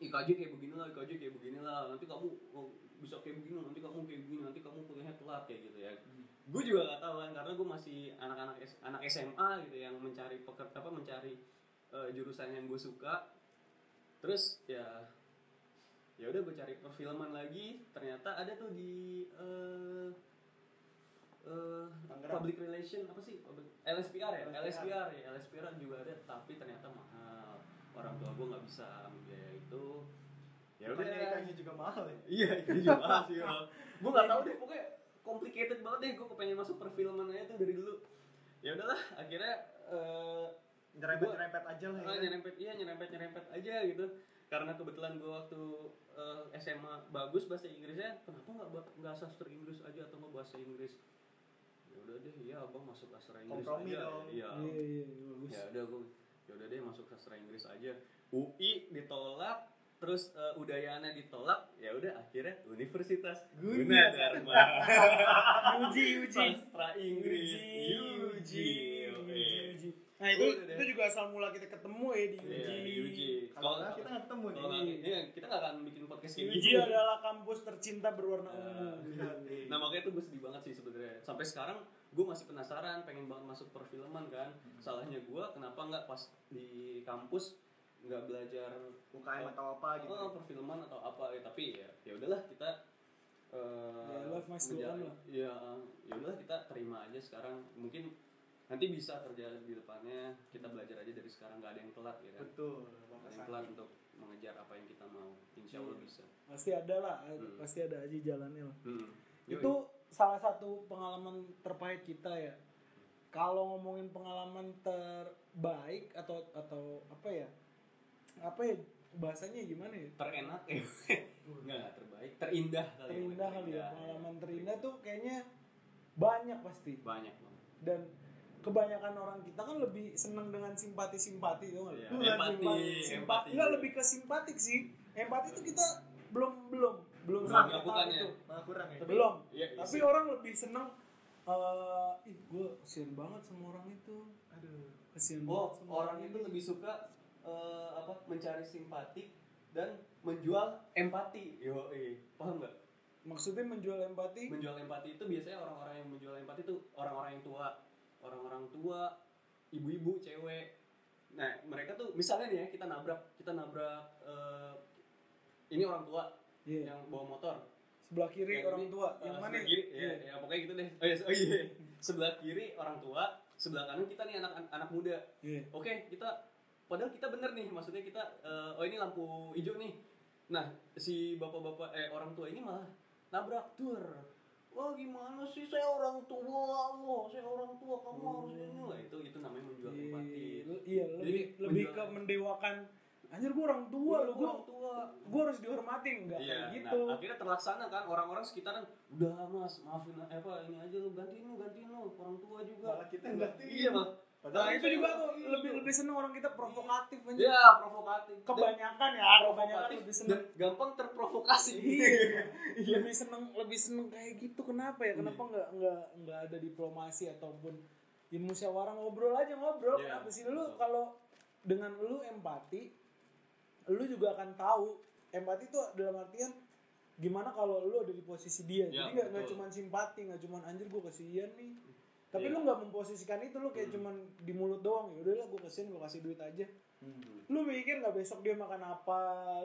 [SPEAKER 3] IKJ kayak beginilah, IKJ kayak beginilah. Nanti kamu oh, bisa kayak begini, nanti kamu kayak begini, nanti kamu kuliahnya telat kayak gitu ya. Gue juga gak tahu kan karena gue masih anak-anak S- anak SMA gitu yang mencari peker, apa mencari eh, jurusan yang gue suka. Terus ya ya udah gue cari perfilman lagi ternyata ada tuh di eh eh,
[SPEAKER 2] Tangerang.
[SPEAKER 3] public relation apa sih Public- LSPR ya
[SPEAKER 2] LSPR.
[SPEAKER 3] LSPR ya LSPR juga ada tapi ternyata mahal orang tua gue nggak bisa membiayai itu ya udah
[SPEAKER 2] Bukannya ikannya juga mahal ya.
[SPEAKER 3] iya itu juga mahal sih gue nggak tahu deh pokoknya complicated banget deh gue kepengen masuk perfilman aja tuh dari dulu ya udahlah akhirnya eh
[SPEAKER 2] Nyerempet-nyerempet aja lah
[SPEAKER 1] Oh,
[SPEAKER 3] Ah,
[SPEAKER 2] ya.
[SPEAKER 3] nyerempet iya nyerempet nyerempet aja gitu karena kebetulan gue waktu eh, SMA bagus bahasa Inggrisnya kenapa nggak ba- nggak sastra Inggris aja atau nggak bahasa Inggris ya udah deh ya abang masuk sastra Inggris
[SPEAKER 2] Kompromi
[SPEAKER 3] aja
[SPEAKER 2] dong.
[SPEAKER 3] iya
[SPEAKER 1] Iya, iya, iya, bagus.
[SPEAKER 3] ya udah gue ya udah deh masuk sastra Inggris aja UI ditolak terus eh, Udayana ditolak ya udah akhirnya Universitas *laughs* Gunadarma
[SPEAKER 1] Uji, uji.
[SPEAKER 3] sastra Inggris
[SPEAKER 1] Uji, uji,
[SPEAKER 3] UJ
[SPEAKER 1] uji. Nah itu
[SPEAKER 3] Udah deh.
[SPEAKER 1] itu juga asal mula kita ketemu ya di
[SPEAKER 3] Iya,
[SPEAKER 1] Uji.
[SPEAKER 3] UJ
[SPEAKER 2] Kalau
[SPEAKER 1] Oh,
[SPEAKER 2] nggak, kita nggak ketemu nih.
[SPEAKER 3] Kalau nggak, iya, kita nggak akan bikin podcast kayak
[SPEAKER 1] Uji
[SPEAKER 3] gini.
[SPEAKER 1] adalah kampus tercinta berwarna
[SPEAKER 3] Ya.
[SPEAKER 1] ungu.
[SPEAKER 3] Nah makanya tuh gue sedih banget sih sebenarnya. Sampai sekarang gue masih penasaran, pengen banget masuk perfilman kan. Salahnya gue kenapa nggak pas di kampus nggak belajar
[SPEAKER 2] UKM atau apa gitu.
[SPEAKER 3] oh, perfilman atau apa ya. Tapi ya ya udahlah kita. eh,
[SPEAKER 1] Ya, life must go
[SPEAKER 3] menjalani-
[SPEAKER 1] on lah.
[SPEAKER 3] Iya, ya udahlah kita terima aja sekarang. Mungkin nanti bisa kerja di depannya. Kita belajar aja dari sekarang nggak ada yang telat ya kan.
[SPEAKER 2] Betul.
[SPEAKER 3] Nggak
[SPEAKER 2] Bapak
[SPEAKER 3] ada yang
[SPEAKER 2] Sandi.
[SPEAKER 3] telat untuk mengejar apa yang kita mau. Insya
[SPEAKER 1] Iya.
[SPEAKER 3] Allah bisa.
[SPEAKER 1] Pasti ada lah,
[SPEAKER 3] Hmm.
[SPEAKER 1] pasti ada aja jalannya lah.
[SPEAKER 3] Hmm.
[SPEAKER 1] itu salah satu pengalaman terpahit kita ya kalau ngomongin pengalaman terbaik atau atau apa ya apa ya bahasanya gimana ya
[SPEAKER 3] terenak *laughs* ya enggak lah, terbaik terindah kali ya,
[SPEAKER 1] terindah kali ya
[SPEAKER 3] terindah. iya.
[SPEAKER 1] pengalaman terindah tuh kayaknya banyak pasti
[SPEAKER 3] banyak banget
[SPEAKER 1] dan kebanyakan orang kita kan lebih seneng dengan simpati simpati tuh
[SPEAKER 3] Iya, empati,
[SPEAKER 1] empati
[SPEAKER 3] empati.
[SPEAKER 1] simpati nggak lebih ke simpatik sih empati tuh kita belum belum belum
[SPEAKER 3] Belum
[SPEAKER 1] sampai
[SPEAKER 3] melakukannya.
[SPEAKER 1] tahap itu
[SPEAKER 2] Malah kurang ya.
[SPEAKER 1] belum
[SPEAKER 3] Iya, iya
[SPEAKER 1] tapi
[SPEAKER 3] sih.
[SPEAKER 1] orang lebih seneng eh ih gue kesian banget sama orang itu
[SPEAKER 2] Aduh.
[SPEAKER 1] kesian
[SPEAKER 3] oh
[SPEAKER 1] banget sama
[SPEAKER 3] orang itu lebih suka eh, apa mencari simpatik dan menjual empati yo paham nggak
[SPEAKER 1] maksudnya menjual empati
[SPEAKER 3] menjual empati itu biasanya orang-orang yang menjual empati itu orang-orang yang tua orang-orang tua ibu-ibu cewek nah mereka tuh misalnya nih ya kita nabrak kita nabrak eh, ini orang tua
[SPEAKER 1] Iya.
[SPEAKER 3] yang bawa motor
[SPEAKER 1] Sebelah kiri
[SPEAKER 3] Yang
[SPEAKER 1] orang
[SPEAKER 3] ini,
[SPEAKER 1] tua,
[SPEAKER 3] Eh,
[SPEAKER 1] yang
[SPEAKER 3] sebelah
[SPEAKER 1] mana?
[SPEAKER 3] kiri ya,
[SPEAKER 1] Iya.
[SPEAKER 3] ya, pokoknya gitu deh oh iya oh iya sebelah kiri orang tua sebelah kanan kita nih anak anak muda
[SPEAKER 1] Iya.
[SPEAKER 3] oke kita padahal kita bener nih maksudnya kita eh, oh ini lampu hijau nih nah si bapak-bapak eh orang tua ini malah nabrak tur wah gimana sih saya orang tua loh saya orang tua kamu harus ini lah itu itu namanya menjual empati
[SPEAKER 1] Iya, Iya,
[SPEAKER 3] Jadi,
[SPEAKER 1] lebih lebih ke
[SPEAKER 3] menjual-
[SPEAKER 1] mendewakan anjir gue orang tua lu, gue
[SPEAKER 3] orang Iya, tua
[SPEAKER 1] gue harus dihormatin enggak
[SPEAKER 3] Iya,
[SPEAKER 1] kayak gitu.
[SPEAKER 3] nah, akhirnya terlaksana kan orang-orang sekitaran udah mas maafin eh, apa ini aja lu gantiin lu gantiin lu orang tua juga
[SPEAKER 2] Malah kita yang gantiin.
[SPEAKER 3] iya mas
[SPEAKER 1] Nah,
[SPEAKER 2] Padahal
[SPEAKER 1] itu
[SPEAKER 3] Iya.
[SPEAKER 1] juga aku lebih lebih seneng orang kita provokatif anjir.
[SPEAKER 3] ya provokatif Dan-
[SPEAKER 1] Kebanyakan ya, kebanyakan
[SPEAKER 3] Iya. provokatif
[SPEAKER 1] lebih
[SPEAKER 3] dan
[SPEAKER 1] seneng.
[SPEAKER 3] gampang terprovokasi. *laughs*
[SPEAKER 1] Iya. lebih seneng lebih seneng kayak gitu kenapa ya kenapa
[SPEAKER 3] Iya.
[SPEAKER 1] nggak nggak nggak ada diplomasi ataupun ya musyawarah ngobrol aja ngobrol
[SPEAKER 3] Iya.
[SPEAKER 1] kenapa sih lu
[SPEAKER 3] Betul.
[SPEAKER 1] kalau dengan lu empati lu juga akan tahu empati itu dalam artian gimana kalau lu ada di posisi dia jadi
[SPEAKER 3] Iya,
[SPEAKER 1] nggak nggak
[SPEAKER 3] betul.
[SPEAKER 1] cuman simpati nggak cuman anjir gue kasihan nih tapi lu
[SPEAKER 3] Iya.
[SPEAKER 1] nggak memposisikan itu lu kayak
[SPEAKER 3] Hmm.
[SPEAKER 1] cuman di mulut doang ya udahlah gue kasihan gue kasih duit aja
[SPEAKER 2] Hmm.
[SPEAKER 1] lu mikir nggak besok dia makan apa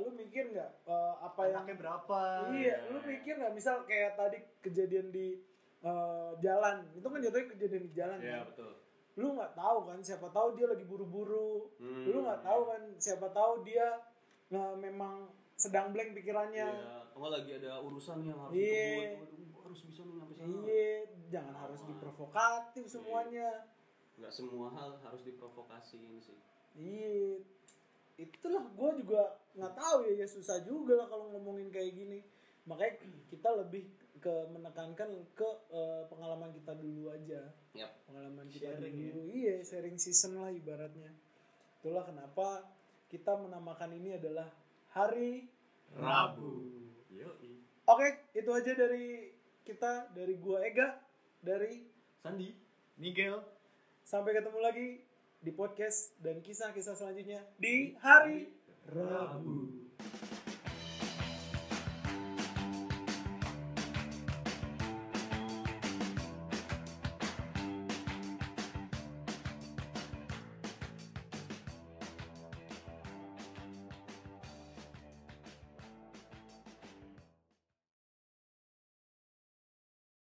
[SPEAKER 1] lu mikir nggak eh, apa yang
[SPEAKER 2] Anaknya berapa?
[SPEAKER 1] Iya, lu mikir nggak misal kayak tadi kejadian di eh, jalan, itu kan jatuhnya kejadian di jalan
[SPEAKER 3] Iya,
[SPEAKER 1] kan.
[SPEAKER 3] betul.
[SPEAKER 1] Lu nggak tahu kan, siapa tahu dia lagi buru-buru.
[SPEAKER 3] Hmm.
[SPEAKER 1] Lu nggak tahu kan, siapa tahu dia eh, memang sedang blank
[SPEAKER 3] Iya,
[SPEAKER 1] pikirannya.
[SPEAKER 3] kamu lagi ada urusan yang harus
[SPEAKER 1] Iya.
[SPEAKER 3] dikebut. Waduh, gua harus bisa nih sampai sana.
[SPEAKER 1] Iya, jangan harus diprovokatif semuanya.
[SPEAKER 3] Nggak semua hal harus diprovokasiin sih.
[SPEAKER 1] Iya, itulah gue juga nggak tahu ya, ya susah juga lah kalau ngomongin kayak gini. Makanya kita lebih ke menekankan ke eh, pengalaman kita dulu aja.
[SPEAKER 3] Yap.
[SPEAKER 1] pengalaman kita
[SPEAKER 2] Sharing
[SPEAKER 1] dulu iya sharing season lah ibaratnya itulah kenapa kita menamakan ini adalah hari
[SPEAKER 3] Rabu. Yoi.
[SPEAKER 1] oke itu aja dari kita dari gua Ega dari
[SPEAKER 2] Sandi, Miguel,
[SPEAKER 1] sampai ketemu lagi di podcast dan kisah-kisah selanjutnya di hari Rabu.